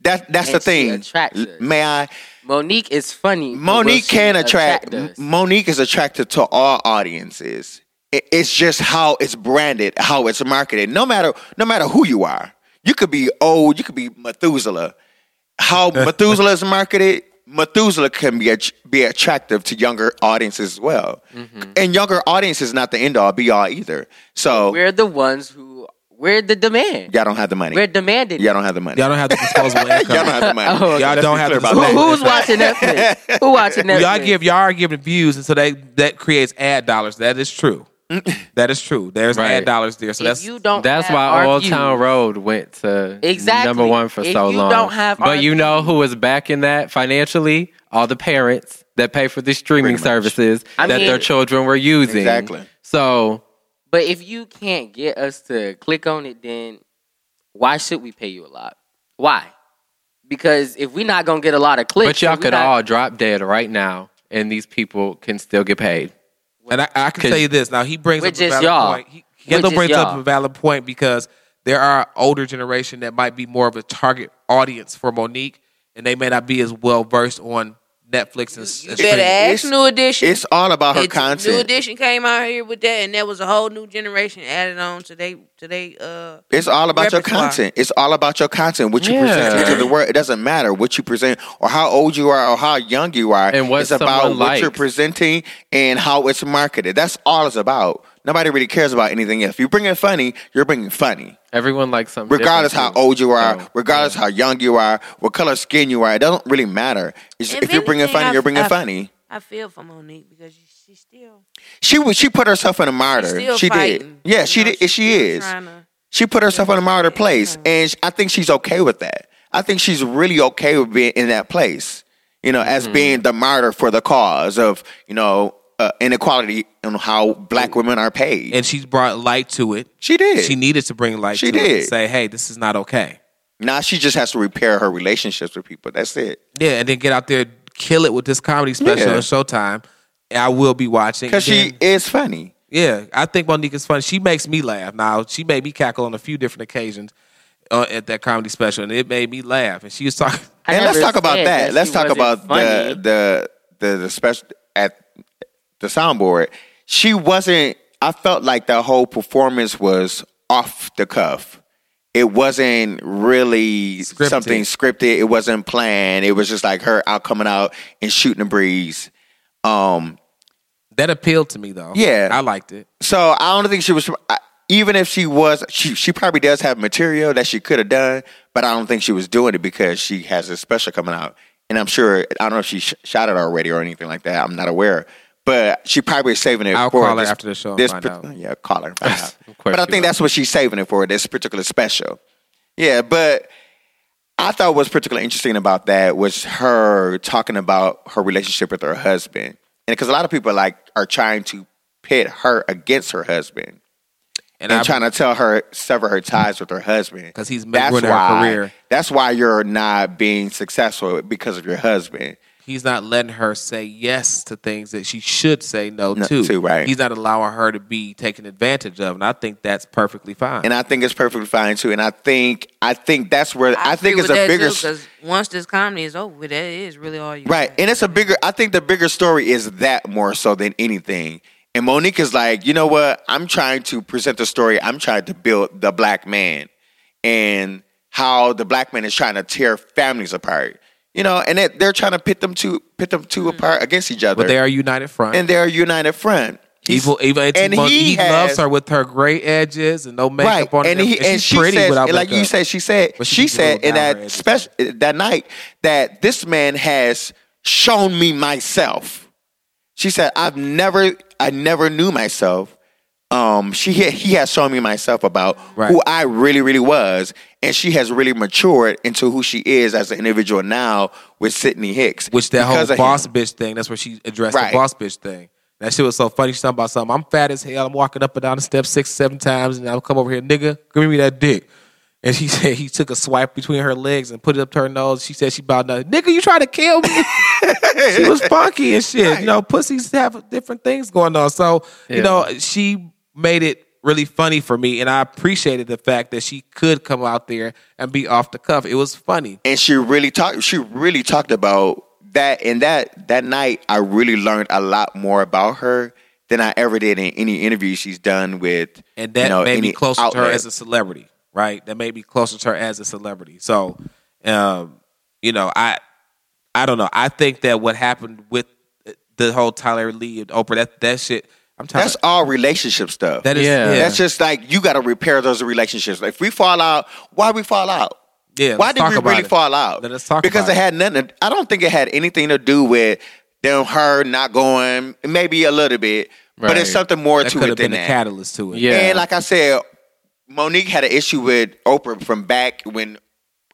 S6: that. That's
S5: And she
S6: the
S5: attracts
S6: thing.
S5: us.
S6: May I?
S5: Monique is funny. but will
S6: Monique
S5: she
S6: can attract.
S5: us?
S6: Monique is attracted to all audiences. It- It's just how it's branded, how it's marketed. No matter, no matter who you are, you could be old, you could be Methuselah. How Methuselah is marketed, Methuselah can be att- be attractive to younger audiences as well.
S5: Mm-hmm.
S6: And younger audience is not the end all be all either. So
S5: we're the ones who we're the demand.
S6: y'all don't have the money.
S5: We're demanded.
S6: Y'all don't have the money.
S2: Y'all don't have the disposable income.
S6: Y'all don't have the money.
S5: Oh, okay.
S2: Y'all
S6: Let's
S2: don't
S6: be
S2: have
S6: clear
S2: the
S6: about
S5: Who-
S6: that.
S2: disposable
S5: who's watching Netflix? Who watching Netflix?
S2: y'all give y'all are giving views, and so they that creates ad dollars. That is true. that is true. There's
S4: Right.
S2: ad dollars there. So
S5: if
S2: that's
S5: you don't.
S4: That's
S5: have
S4: why
S5: our
S4: Old
S5: views-
S4: Town Road went to
S5: Oh, Exactly.
S4: number one for
S5: If
S4: so
S5: you
S4: long.
S5: don't have
S4: but
S5: our
S4: you know
S5: views-
S4: who was backing that financially? All the parents that pay for the streaming
S6: Pretty much.
S4: services
S5: I
S4: that
S5: mean-
S4: their children were using.
S6: Exactly.
S4: So
S5: But if you can't get us to click on it, then why should we pay you a lot? Why? Because if we're not gonna get a lot of clicks,
S4: but y'all
S5: then we
S4: could
S5: not-
S4: all drop dead right now and these people can still get paid.
S2: And I, I can
S4: Cause-
S2: tell you this. Now he brings
S5: We're
S2: up a
S5: just
S2: valid
S5: y'all.
S2: point. He,
S5: We're
S2: Kendall
S5: just
S2: brings up
S5: y'all.
S2: a valid point because there are older generation that might be more of a target audience for Monique, and they may not be as well versed on Netflix and,
S3: You
S2: and
S3: better
S2: streaming.
S3: ask
S6: It's-
S3: New Edition.
S6: It's all about her
S3: It's- New
S6: content.
S3: Edition came out here with that, and there was a whole new generation added on to they to they uh
S6: It's all about your
S3: repertoire.
S6: content. It's all about your content. What you
S4: Yeah.
S6: present to the world. It doesn't matter what you present or how old you are or how young you are.
S4: And what
S6: it's about
S4: someone
S6: what you're
S4: likes.
S6: presenting and how it's marketed. That's all it's about. Nobody really cares about anything else. If you bring it funny, you're bringing funny.
S4: Everyone likes something.
S6: Regardless how
S4: different, too.
S6: old you are,
S4: So,
S6: regardless how young you are, what color skin you are, it doesn't really matter. It's-
S3: If
S6: If, you're bringing
S3: anything,
S6: funny,
S3: I've-
S6: you're bringing
S3: I've-
S6: funny.
S3: I feel for Monique because she, she still
S6: She was- she put herself in a martyr.
S3: still
S6: she did.
S3: fighting.
S6: Yeah,
S3: You
S6: she
S3: know,
S6: did. She
S3: still
S6: is.
S3: trying to-
S6: She put herself in a martyr place, and sh- I think she's okay with that. I think she's really okay with being in that place, you know, as
S2: Mm-hmm.
S6: being the martyr for the cause of, you know, uh, inequality and how black women are paid.
S2: and she's brought light to it.
S6: she did.
S2: She needed to bring light
S6: She
S2: to it.
S6: did.
S2: And say, hey, this is not okay.
S6: now she just has to repair her relationships with people. That's it.
S2: Yeah, and then get out there, kill it with this comedy special
S6: Yeah.
S2: on Showtime. And I will be watching.
S6: Because
S2: And
S6: she
S2: then-
S6: is funny.
S2: yeah, I think Monique is funny. She makes me laugh. Now she made me cackle on a few different occasions uh, at that comedy special, and it made me laugh. And she was talking.
S5: I
S6: and let's
S5: never
S6: talk about
S5: said
S6: that.
S5: that
S6: Let's
S5: she
S6: talk
S5: wasn't
S6: about
S5: funny.
S6: the the the the special at the soundboard. She wasn't. I felt like the whole performance was off the cuff. It wasn't really
S2: Scripted.
S6: something scripted. It wasn't planned. It was just like her out coming out and shooting the breeze. Um,
S2: That appealed to me though.
S6: Yeah.
S2: I liked it.
S6: so I don't think she was. I- Even if she was, she she probably does have material that she could have done, but I don't think she was doing it because she has a special coming out, and I'm sure I don't know if she sh- shot it already or anything like that. I'm not aware, but she probably is saving it.
S2: I'll
S6: for
S2: call her
S6: this-
S2: after the show and
S6: this
S2: find
S6: par-
S2: out.
S6: Yeah, call her. And find out.
S4: Of course
S6: but I
S4: you
S6: think
S4: will.
S6: that's what she's saving it for this particular special. Yeah, but I thought what was particularly interesting about that was her talking about her relationship with her husband, and because a lot of people like are trying to pit her against her husband and,
S2: I-
S6: trying to tell her sever her ties with her husband
S2: 'Cause he's
S6: that's
S2: ruining her career.
S6: That's why you're not being successful because of your husband.
S2: He's not letting her say yes to things that she should say no,
S6: No,
S2: to.
S6: to, right.
S2: He's not allowing her to be taken advantage of, and I think that's perfectly fine.
S6: And I think it's perfectly fine too. And I think I think that's where I,
S3: agree
S6: think it's
S3: with
S6: a
S3: that
S6: bigger
S3: too, 'cause once this comedy is over, with, that is really all you
S6: Right.
S3: got.
S6: And it's a bigger I think the bigger story is that more so than anything. And Monique is like, you know what? I'm trying to present the story. I'm trying to build the black man and how the black man is trying to tear families apart. You know, and that they're trying to pit them two pit them two apart against each other.
S2: Hmm. but they are united front.
S6: and they're a united front. He's-
S2: Evil, evil,
S6: and
S2: he,
S6: he
S2: he
S6: has-
S2: loves her with her gray edges and no
S6: right?
S2: makeup on.
S6: and
S2: her,
S6: he and,
S2: she's
S6: she
S2: pretty
S6: says,
S2: without
S6: like you
S2: makeup.
S6: said, she said
S2: But she
S6: she
S2: keeps a little
S6: said in
S2: down her
S6: that
S2: edges.
S6: special that night that this man has shown me myself. She said, "I've never, I never knew myself." Um, she ha- he has shown me myself about
S2: Right.
S6: who I really, really was, and she has really matured into who she is as an individual now with Sydney Hicks,
S2: Which that
S6: because
S2: whole
S6: of him.
S2: boss bitch thing, that's where she addressed
S6: Right.
S2: the boss bitch thing. That shit was so funny. She's talking about something. I'm fat as hell. I'm walking up and down the steps six, seven times, and I'll come over here, nigga, give me that dick. And she said he took a swipe between her legs and put it up to her nose. She said she about nothing. Nigga, you trying to kill me? she was funky and shit. You know, pussies have different things going on. So, you
S4: Yeah.
S2: know, she made it really funny for me, and I appreciated the fact that she could come out there and be off the cuff. It was funny.
S6: and she really talked she really talked about that and that that night i really learned a lot more about her than i ever did in any interview she's done with
S2: and that
S6: you know,
S2: made me
S6: any
S2: closer to her
S6: outlet.
S2: as a celebrity, right? That made me closer to her as a celebrity. So, um, you know, I, I don't know. I think that what happened with the whole Tyler Lee and Oprah, that that shit, I'm tired.
S6: that's all relationship stuff
S2: that is, yeah,
S4: Yeah.
S6: that's just like you got to repair those relationships if we fall out why we fall out
S2: Yeah,
S6: why
S2: let's
S6: did
S2: talk
S6: we
S2: about
S6: really
S2: it.
S6: fall out
S2: Let us talk
S6: because
S2: about
S6: it
S2: it.
S6: had nothing i don't think it had anything to do with them her not going maybe a little bit but
S4: Right.
S6: it's something more
S2: that
S6: to
S2: could
S6: it
S2: have
S6: than
S2: been a
S6: that
S2: catalyst to it.
S4: Yeah.
S6: And like I said, Monique had an issue with Oprah from back when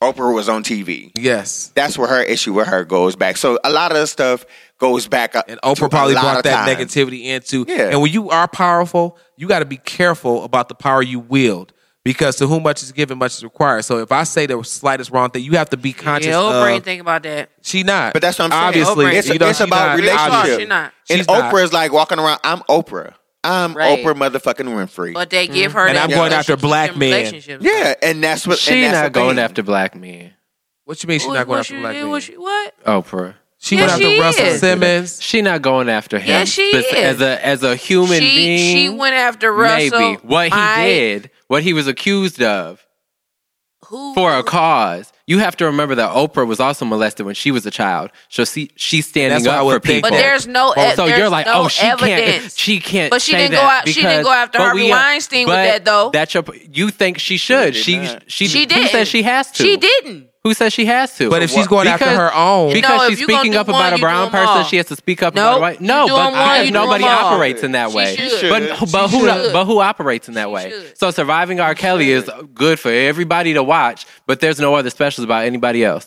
S6: Oprah was on TV.
S2: Yes.
S6: That's where her issue with her goes back. So a lot of the stuff goes back. a-
S2: And
S6: to a
S2: Oprah probably
S6: lot
S2: brought
S6: of
S2: that
S6: times.
S2: negativity into.
S6: Yeah.
S2: And when you are powerful, you got to be careful about the power you wield because to whom much is given, much is required. So if I say the slightest wrong thing, you have to be conscious
S3: Yeah, Oprah
S2: of
S4: uh,
S3: ain't think about that.
S2: She not.
S6: But that's what I'm saying.
S2: Obviously,
S3: Oprah-
S6: it's,
S2: you know,
S6: it's
S2: she
S6: about
S2: not.
S3: Obviously,
S6: relationship.
S3: she not.
S6: And
S2: She's not.
S6: Oprah's like walking around. I'm Oprah. I'm
S5: Right.
S6: Oprah motherfucking Winfrey.
S3: But they give
S4: Mm-hmm.
S3: her
S2: And
S3: that
S2: I'm going
S3: relationship-
S2: after black
S3: them
S2: men.
S3: relationships.
S6: yeah, and that's what.
S4: She
S6: and that's
S4: not
S6: the
S4: going
S6: thing.
S4: after black men.
S2: What you mean she's not going
S3: what
S2: after
S3: you
S2: black
S3: did,
S2: men?
S3: what you- what?
S4: Oprah.
S2: She
S3: Yeah,
S2: went after
S3: she
S2: Russell
S3: is.
S2: Simmons.
S4: She not going after him.
S3: Yeah, she
S4: but
S3: is.
S4: As a as a human
S3: she,
S4: being,
S3: she went after Russell.
S4: maybe what he
S3: I-
S4: did, what he was accused of
S3: who,
S4: for a cause. You have to remember that Oprah was also molested when she was a child. So she she's standing
S2: That's what I
S4: up
S2: would
S4: for
S2: think.
S3: But
S4: people.
S3: there's no.
S4: Well,
S3: e-
S4: so
S3: there's
S4: you're like,
S3: no
S4: oh, she
S3: evidence.
S4: can't, she can't.
S3: But she
S4: say
S3: didn't go
S4: that
S3: out- she didn't
S4: because-
S3: go after
S4: but
S3: Harvey
S4: we are-
S3: Weinstein with
S4: but
S3: that, though.
S4: That's your. p- You think she should?
S6: did
S4: She
S6: not.
S4: she
S3: she
S4: Who
S3: didn't.
S4: says she has to?
S3: She didn't.
S4: Who says she has to?
S2: But if she's going after
S4: Because-
S2: her own,
S3: No,
S4: because
S3: if
S4: she's
S3: you gonna
S4: speaking
S3: do
S4: up
S3: one,
S4: about a
S3: you
S4: brown
S3: do 'em all.
S4: person, she has to speak up
S3: Nope.
S4: about a white. No,
S3: You do 'em one,
S4: but because
S3: you do 'em
S4: nobody
S3: all.
S4: operates in that
S3: She
S4: way.
S3: should.
S4: But
S6: She
S4: but who
S3: should.
S4: but who operates in that
S3: She
S4: way?
S3: should.
S4: So surviving R. Kelly is good for everybody to watch, but there's no other specials about anybody else.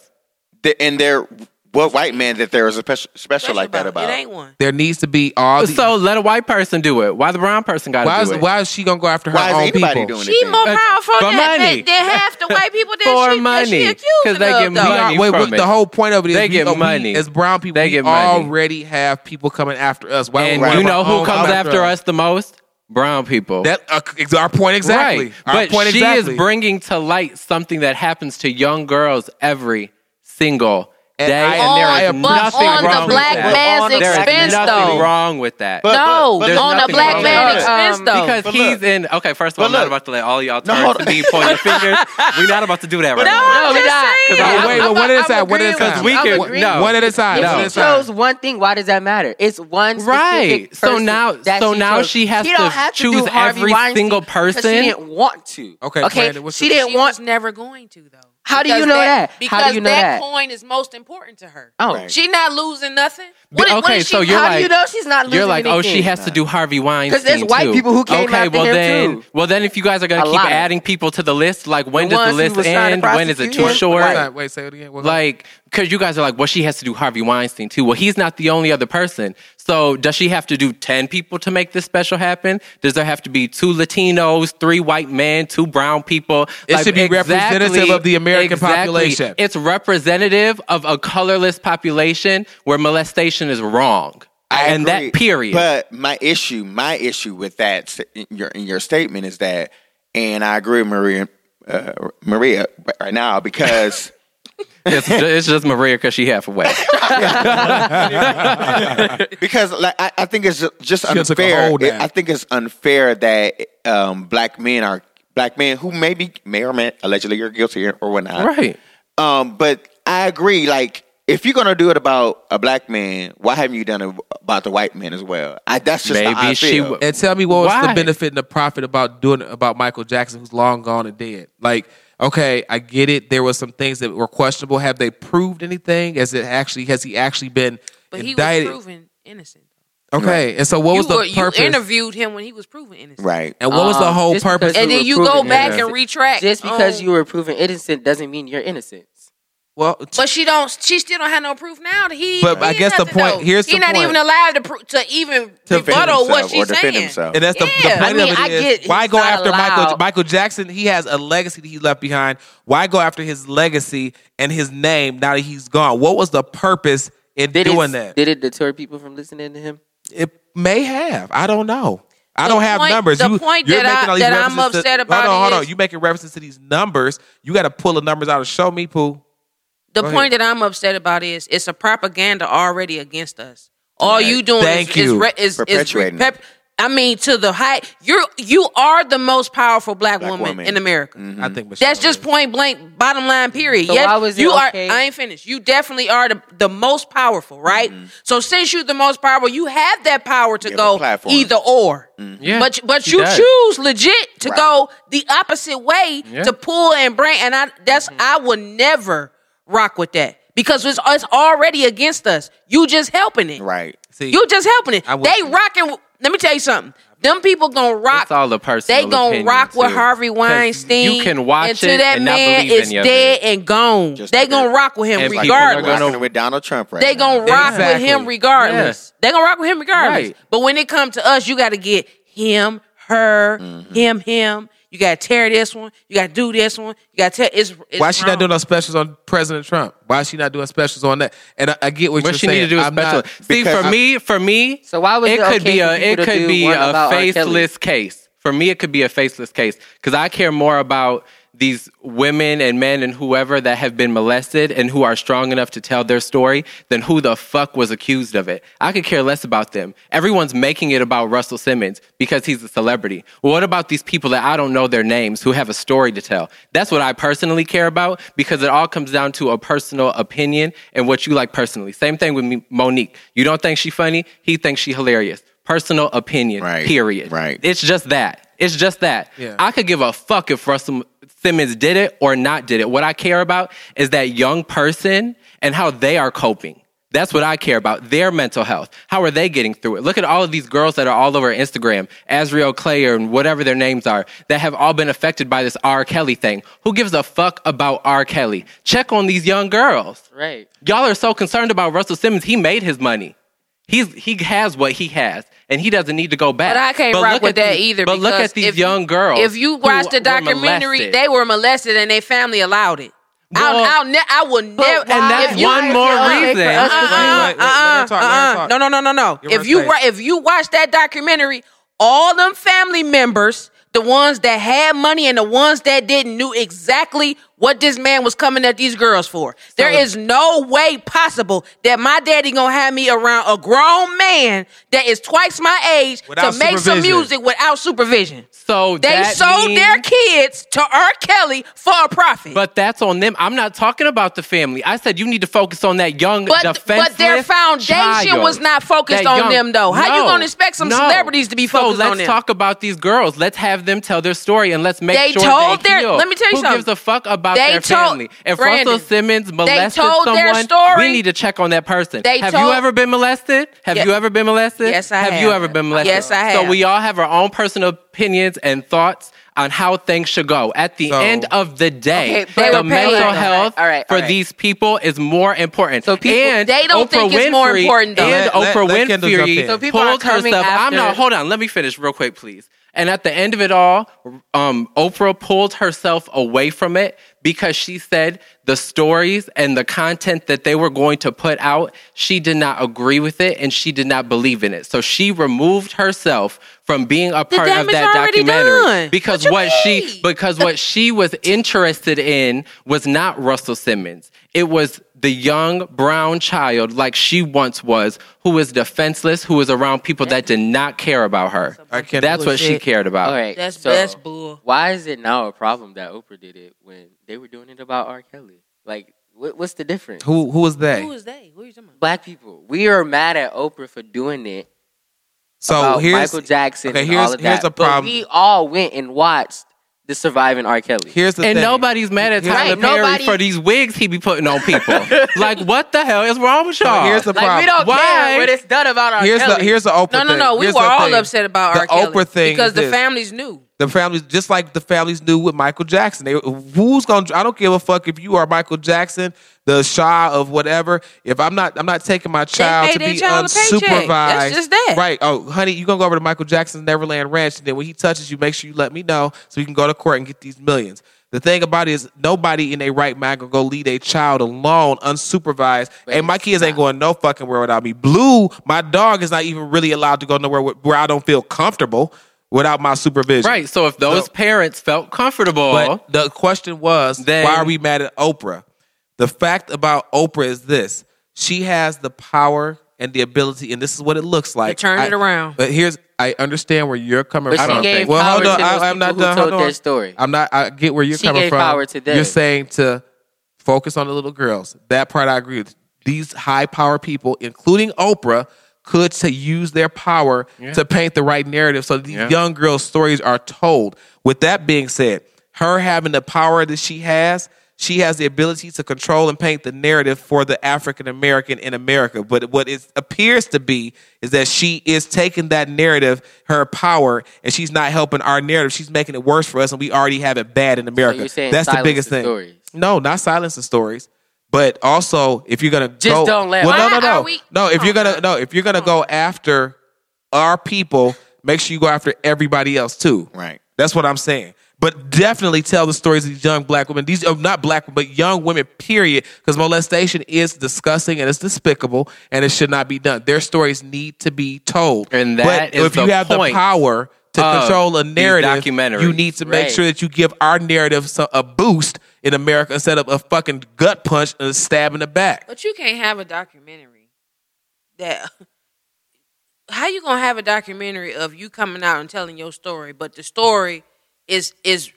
S6: The- and there, what white man that there is a special, special like that about?
S3: it ain't one.
S2: There needs to be all the.
S4: So let a white person do it. Why the brown person got
S2: why
S4: to
S2: is
S4: do it?
S2: why is she gonna go after her
S6: Why is
S2: own
S6: anybody
S2: people?
S6: doing it?
S3: She more
S4: Uh,
S3: powerful
S4: for
S3: than,
S4: money.
S3: than, than half the white people that
S4: For
S3: she, that
S4: money.
S3: she
S4: 'Cause
S3: accused
S4: they
S3: of,
S4: get
S2: We
S3: though.
S4: money.
S2: are- wait,
S4: from
S2: wait,
S4: it.
S2: the whole point of it is
S4: They
S2: we-
S4: get
S2: uh, we,
S4: money.
S2: as brown people.
S4: They
S2: we
S4: get money.
S2: already have people coming after us. Why would
S4: and
S2: we want
S4: you
S2: our
S4: know who
S2: own
S4: comes
S2: come
S4: after us the most? Brown people.
S2: Oh, That uh, is our point exactly.
S4: Right.
S2: Our
S4: But
S2: point
S4: she
S2: exactly.
S4: is bringing to light something that happens to young girls every single
S2: And
S4: day.
S2: I-
S4: and there is
S2: On- but
S4: nothing
S2: on the
S4: wrong
S2: black
S4: with that.
S3: man's
S4: There is
S3: expense,
S4: nothing
S3: though.
S4: wrong with that.
S6: But-
S3: no,
S6: but- but
S3: on a
S4: nothing
S3: black
S4: wrong
S3: man
S4: with it.
S3: expense
S5: Um,
S3: though.
S4: because
S6: But
S4: he's
S6: look.
S4: in. Okay, first of all,
S6: But
S4: I'm not
S6: look.
S4: about to let all y'all
S6: No,
S4: turn
S6: hold
S4: to
S6: on.
S4: me pointing fingers. We're not about to do that right
S3: no,
S4: now.
S3: I'm
S5: we're
S3: just
S5: not.
S3: saying.
S4: 'Cause I-
S2: wait, wait,
S3: I'm-
S2: one at a
S3: I'm
S2: time, one at a
S3: agreeing
S2: time.
S3: with
S4: We
S3: you. I'm
S4: can-
S3: agreeing
S4: no.
S2: One at a time.
S5: If
S2: one
S5: she
S2: at a time.
S5: chose one thing, why does that matter? It's one specific
S4: Right. So
S5: person
S4: now-
S5: that
S4: so now
S5: chose.
S4: she has
S5: don't
S4: to
S5: have
S4: choose
S5: do Harvey
S4: every
S5: Weinstein
S4: single
S5: 'cause
S4: person?
S5: She didn't want to.
S2: Okay,
S5: okay.
S2: Brandon, what's
S5: she
S2: your-
S5: didn't
S3: She
S5: want.
S3: was never going to though.
S5: How do you
S3: Because
S5: know that? How
S3: Because
S5: do you know that?
S3: coin is most important to her.
S5: Oh,
S6: Right.
S3: She not losing nothing.
S4: But-
S3: What, is- what
S4: okay,
S3: is she
S4: so you're
S5: how do
S4: like-
S5: you know she's not losing
S4: You're like, oh, she
S5: anything?
S4: has to do Harvey Weinstein.
S5: 'Cause there's white
S4: too.
S5: people who came
S4: okay,
S5: after
S4: well
S5: him,
S4: then,
S5: too.
S4: well then, if you guys are gonna
S5: A
S4: keep
S5: lot of-
S4: adding people to the list, like when
S5: The
S4: does the
S5: ones who
S4: list
S5: was trying
S4: end?
S5: to
S4: When is it too
S5: prosecute him?
S4: short?
S5: Right.
S2: Wait, say it again. One-
S4: Like, because you guys are like, well, she has to do Harvey Weinstein too. Well, he's not the only other person. So, does she have to do 10 people to make this special happen? Does there have to be two Latinos, three white men, two brown people?
S2: It should be representative of the American population.
S4: It's representative of a colorless population where molestation is wrong.
S6: I
S4: and
S6: agree,
S4: that period.
S6: But my issue, my issue with that s- in your in your statement is that, and I agree with Maria uh, Maria right now because
S4: it's, ju- it's just Maria because she half away.
S6: because like, I, I think it's ju- just
S2: She done took a
S6: unfair.
S2: hole
S6: It-
S2: down.
S6: I think it's unfair that um, black men are black men who maybe may or may allegedly are guilty or whatnot.
S4: right.
S6: Um, but I agree. Like, if you're gonna do it about a black man, why haven't you done it about the white man as well? I, that's just
S4: Maybe
S6: how I
S4: she
S6: feel.
S4: w-
S2: and tell me what was the
S4: Why?
S2: benefit and the profit about doing about Michael Jackson, who's long gone and dead. Like, okay, I get it. There was some things that were questionable. Have they proved anything? Has it actually? Has he actually been
S3: But he was
S2: indicted?
S3: proven innocent.
S2: okay, and so what
S3: you,
S2: was the
S3: were- you
S2: purpose?
S3: interviewed him when he was proven innocent.
S6: right.
S2: and what was the
S5: Um,
S2: whole
S5: just because
S2: purpose?
S5: it-
S3: And then
S5: were
S3: you
S5: proven
S3: go back
S4: innocent.
S3: and retract. Um,
S5: Just because
S4: Oh.
S3: on-
S5: you were proven innocent doesn't mean you're innocent.
S2: well,
S3: But she don't. She still don't have no proof now. That he.
S2: But
S3: he
S2: I guess the
S3: nothing,
S2: point-
S3: Though.
S2: here's
S3: he
S2: the
S3: not
S2: point.
S3: even allowed to pro- to even
S6: Defend
S3: rebuttal what
S6: himself
S3: she's
S6: or defend
S3: saying.
S6: himself.
S2: And that's the, the
S3: Yeah.
S2: point
S3: I
S5: mean,
S2: of it
S5: I
S2: is,
S5: get he's
S2: why go
S5: not
S2: after Michael
S5: allowed.
S2: Michael Jackson? He has a legacy that he left behind. Why go after his legacy and his name now that he's gone? What was the purpose in
S5: Did
S2: doing
S5: it,
S2: that?
S5: Did it deter people from listening to him?
S2: It may have. I don't know. I
S3: The
S2: don't have
S3: point-
S2: numbers.
S3: the
S2: you,
S3: point
S2: you're
S3: that I-
S2: making all these
S3: that I'm
S2: references to-
S3: upset about
S2: Hold on, hold on.
S3: is-
S2: You making references to these numbers? You got to pull the numbers out and show me, poo.
S3: The
S2: Go ahead.
S3: point that I'm upset about is it's a propaganda already against us. All you doing
S2: Thank
S3: is,
S2: you.
S3: is, re- is, is
S6: Perpetuating
S3: repep- I mean, to the height, you're you are the most powerful black, woman,
S6: woman.
S3: in America.
S2: I think Michelle
S3: Mm. That's just
S2: is.
S3: point blank, bottom line, period.
S5: So
S3: yes,
S5: why was it
S3: you
S5: okay-
S3: are. I ain't finished. You definitely are the, the most powerful, right? So since you're the most powerful, you have that power to
S6: Mm-hmm. You have a
S3: go
S6: platform. Mm-hmm.
S3: either or.
S4: Yeah,
S3: but but
S4: she
S3: you
S4: does.
S3: choose legit to
S6: Right.
S3: go the opposite way
S4: Yeah. Mm-hmm.
S3: to pull and bring, and I that's I will never rock with that because it's it's already against us. You just helping it,
S6: Right.
S2: See,
S3: You just helping it.
S2: I would-
S3: They rocking. Let me tell you something. Them people gonna rock.
S4: It's all the personal
S3: They gonna
S4: opinion,
S3: rock with
S4: too. 'Cause
S3: Harvey
S4: you
S3: Weinstein.
S4: can watch
S3: until
S4: it
S3: that
S4: and not
S3: man
S4: believe
S3: is
S4: any of
S3: dead
S4: it.
S3: and gone.
S6: Just
S3: they
S6: like
S3: gonna
S6: it-
S3: rock with him
S4: And
S6: Like
S4: people are
S3: regardless.
S6: what's
S4: gonna-
S6: happening with Donald Trump right
S3: They
S6: now.
S3: gonna rock
S2: Exactly.
S3: with him regardless. They gonna rock with him regardless.
S4: Right.
S3: But when it come to us, you got to get him, her,
S6: Mm-hmm.
S3: him, him. You got to tear this one. You got to do this one. You got to tear. It's, it's
S2: Why is she not
S3: wrong.
S2: doing no specials on President Trump? Why is she not doing specials on that? And I, I get what
S4: What
S2: you're
S4: she
S2: saying.
S4: need to do is
S2: I'm
S4: special.
S2: not-
S4: See,
S6: because
S4: for
S6: I-
S4: me, for me,
S5: So why was
S4: it
S5: it
S4: could
S5: okay
S4: be
S5: for
S4: a
S5: people
S4: it
S5: to
S4: could
S5: do
S4: be
S5: one
S4: a
S5: about R. Kelly?
S4: faceless case. For me, it could be a faceless case because I care more about these women and men and whoever that have been molested and who are strong enough to tell their story, then who the fuck was accused of it? I could care less about them. Everyone's making it about Russell Simmons because he's a celebrity. Well, what about these people that I don't know their names who have a story to tell? That's what I personally care about because it all comes down to a personal opinion and what you like personally. Same thing with me, Monique. You don't think she funny? He thinks she hilarious. Personal opinion.
S6: Right.
S4: Period.
S6: Right.
S4: It's just that. It's just that.
S2: Yeah.
S4: I could give a fuck if Russell Simmons did it or not did it. What I care about is that young person and how they are coping. That's what I care about. Their mental health. How are they getting through it? Look at all of these girls that are all over Instagram, Azriel Clayer and whatever their names are, that have all been affected by this R. Kelly thing. Who gives a fuck about R. Kelly? Check on these young girls.
S5: Right.
S4: Y'all are so concerned about Russell Simmons. He made his money. He's he has what he has, and he doesn't need to go back.
S3: But I can't
S4: But
S3: rock
S4: look
S3: with
S4: at
S3: that
S4: these-
S3: either.
S4: But look
S3: because
S4: at these
S3: if-
S4: young girls.
S3: If you
S4: who
S3: watch the
S4: were
S3: documentary,
S4: molested.
S3: they were molested and their family allowed it. I,
S4: Well-
S3: I'll ne- I will never.
S4: then that's
S3: if you-
S4: one more reason.
S3: Uh-uh,
S4: That's the
S2: thing. Wait, wait, let her
S3: uh-uh,
S2: talk, let her
S3: uh-uh.
S2: talk.
S3: No, no, no, no, no.
S2: Give her
S3: If you
S2: space.
S3: wa- if you watch that documentary, all them family members, the ones that had money and the ones that didn't, knew exactly what this man was coming at these girls for. there is no way possible that my daddy gonna have me around a grown man that is twice my age
S2: Without
S3: to make some
S2: supervision.
S3: music without supervision.
S4: so
S3: They
S4: that
S3: sold
S4: means-
S3: their kids to R. Kelly for a profit.
S4: But that's on them. I'm not talking about the family. I said you need to focus on that young
S3: But,
S4: defenseless
S3: but their foundation
S4: child.
S3: was not focused
S4: That
S3: on
S4: young-
S3: them though. How you
S4: No,
S3: gonna expect some
S4: no.
S3: celebrities to be focused
S4: so
S3: on them?
S4: let's talk about these girls. Let's have them tell their story and let's make
S3: They
S4: sure
S3: told
S4: they
S3: their-
S4: heal.
S3: let me tell you
S4: Who
S3: something.
S4: gives a fuck about
S3: They
S4: their
S3: told-
S4: family? If
S3: Brandon,
S4: Russell Simmons molested
S3: told their
S4: someone,
S3: story.
S4: we need to check on that person.
S3: They
S4: have
S3: told-
S4: you ever been molested? Have
S3: Yeah.
S4: you ever been molested?
S3: Yes, I
S4: Have you
S3: have.
S4: ever been molested?
S3: Yes, I have.
S4: So we all have our own personal opinions and thoughts on how things should go. At the
S2: So-
S4: end of the day,
S3: Okay, they
S4: the
S3: were paid.
S4: mental
S3: All right,
S4: health
S5: all right,
S4: for
S5: all right.
S4: these people is more important. So
S5: people-
S4: and
S3: they don't
S4: Oprah
S3: think
S4: Winfrey
S3: it's more important, though.
S4: And
S2: Let- let-
S4: Oprah
S2: let Kendall jump
S4: Winfrey
S2: in. So
S5: people are
S4: pulled
S5: coming
S4: herself. I'm
S5: after-
S4: not. Hold on. Let me finish real quick, please. And at the end of it all, um, Oprah pulled herself away from it because she said the stories and the content that they were going to put out, she did not agree with it and she did not believe in it. So she removed herself from being a part of
S3: damage
S4: that
S3: already
S4: documentary
S3: done.
S4: because
S3: What
S4: what,
S3: you
S4: she
S3: mean?
S4: because what she was interested in was not Russell Simmons. It was the young brown child like she once was who was defenseless, who was around people that did not care about her.
S2: I can't-
S4: That's what she
S3: Bullshit.
S4: cared about.
S5: All right.
S3: that's
S5: so
S3: that's bull.
S5: Why is it now a problem that Oprah did it when they were doing it about R. Kelly? Like, what, what's the difference?
S2: Who who is that?
S3: Who is they? Who are you talking about?
S5: Black people. We are mad at Oprah for doing it.
S2: So
S5: about
S2: here's
S5: Michael Jackson.
S2: okay,
S5: and
S2: here's-
S5: all of
S2: here's
S5: that.
S2: a problem.
S5: But we all went and watched the surviving R. Kelly.
S2: here's the
S4: And
S2: thing.
S4: nobody's mad at
S2: Here's-
S4: Tyler
S5: Right,
S4: Perry
S5: nobody-
S4: for these wigs he be putting on people. like, what the hell is wrong with
S2: So
S4: y'all?
S2: here's the
S5: like
S2: problem.
S5: we don't
S4: Why?
S5: care what it's done about R.
S2: here's the
S5: Kelly.
S2: here's the Oprah
S3: No, no,
S2: thing.
S3: no. We
S2: Here's
S3: were
S2: the
S3: all
S2: thing.
S3: upset about
S2: The
S3: R. Kelly
S2: Oprah thing
S3: because
S2: is
S3: the
S2: this.
S3: families knew.
S2: The families, just like the families knew with Michael Jackson. They, who's gonna? I don't give a fuck if you are Michael Jackson, the Shah of whatever. If I'm not, I'm not taking my child
S3: made
S2: to
S3: their
S2: be
S3: child a paycheck.
S2: unsupervised.
S3: That's just that.
S2: right? Oh, honey, you gonna go over to Michael Jackson's Neverland Ranch, and then when he touches you, make sure you let me know so we can go to court and get these millions. The thing about it is, nobody in their right mind gonna go leave a child alone, unsupervised. and my kids ain't going no fucking where without me. Blue, my dog, is not even really allowed to go nowhere where, where I don't feel comfortable without my supervision.
S4: right. So if those
S2: So-
S4: parents felt comfortable,
S2: But the question was,
S4: Then-
S2: why are we mad at Oprah? The fact about Oprah is this: she has the power and the ability, and this is what it looks like.
S3: turn
S2: I-
S3: it around.
S2: But here's, I understand where you're coming
S5: But
S2: from.
S5: she gave
S2: well, hold
S5: power
S2: on,
S5: to those
S2: I, am not
S5: people who
S2: done.
S5: told
S2: hold on.
S5: their story.
S2: I'm not. I get where you're
S5: She
S2: coming
S5: gave
S2: from.
S5: power to them.
S2: You're saying to focus on the little girls. That part I agree with. These high power people, including Oprah, could to use their power to paint the right narrative so these young girls' stories are told. With that being said, her having the power that she has, she has the ability to control and paint the narrative for the African American in America. But what it appears to be is that she is taking that narrative, her power, and she's not helping our narrative. She's making it worse for us, and we already have it bad in America.
S5: you're saying
S2: That's the
S5: silence
S2: biggest
S5: the
S2: thing.
S5: stories.
S2: No, not silence the stories. But also, if you're gonna
S5: Just
S2: go,
S5: don't let-
S2: Well, no,
S3: Why
S2: no, no,
S3: are we- Oh,
S2: no. If
S3: Come
S2: you're
S3: on
S2: gonna no, if you're gonna go after our people, make sure you go after everybody else too.
S6: Right.
S2: That's what I'm saying. But definitely tell the stories of these young black women. These are not black, women, but young women. Period. Because molestation is disgusting and it's despicable, and it should not be done. Their stories need to be told.
S4: And
S2: But
S4: that is
S2: if you
S4: the
S2: have
S4: point.
S2: the power to
S4: Of
S2: control a
S4: these
S2: narrative,
S4: documentaries.
S2: you need to make
S5: Right.
S2: sure that you give our narrative some, a boost in America instead of a fucking gut punch and a stab in the back.
S3: But you can't have a documentary that. How you gonna have a documentary of you coming out and telling your story, but the story is is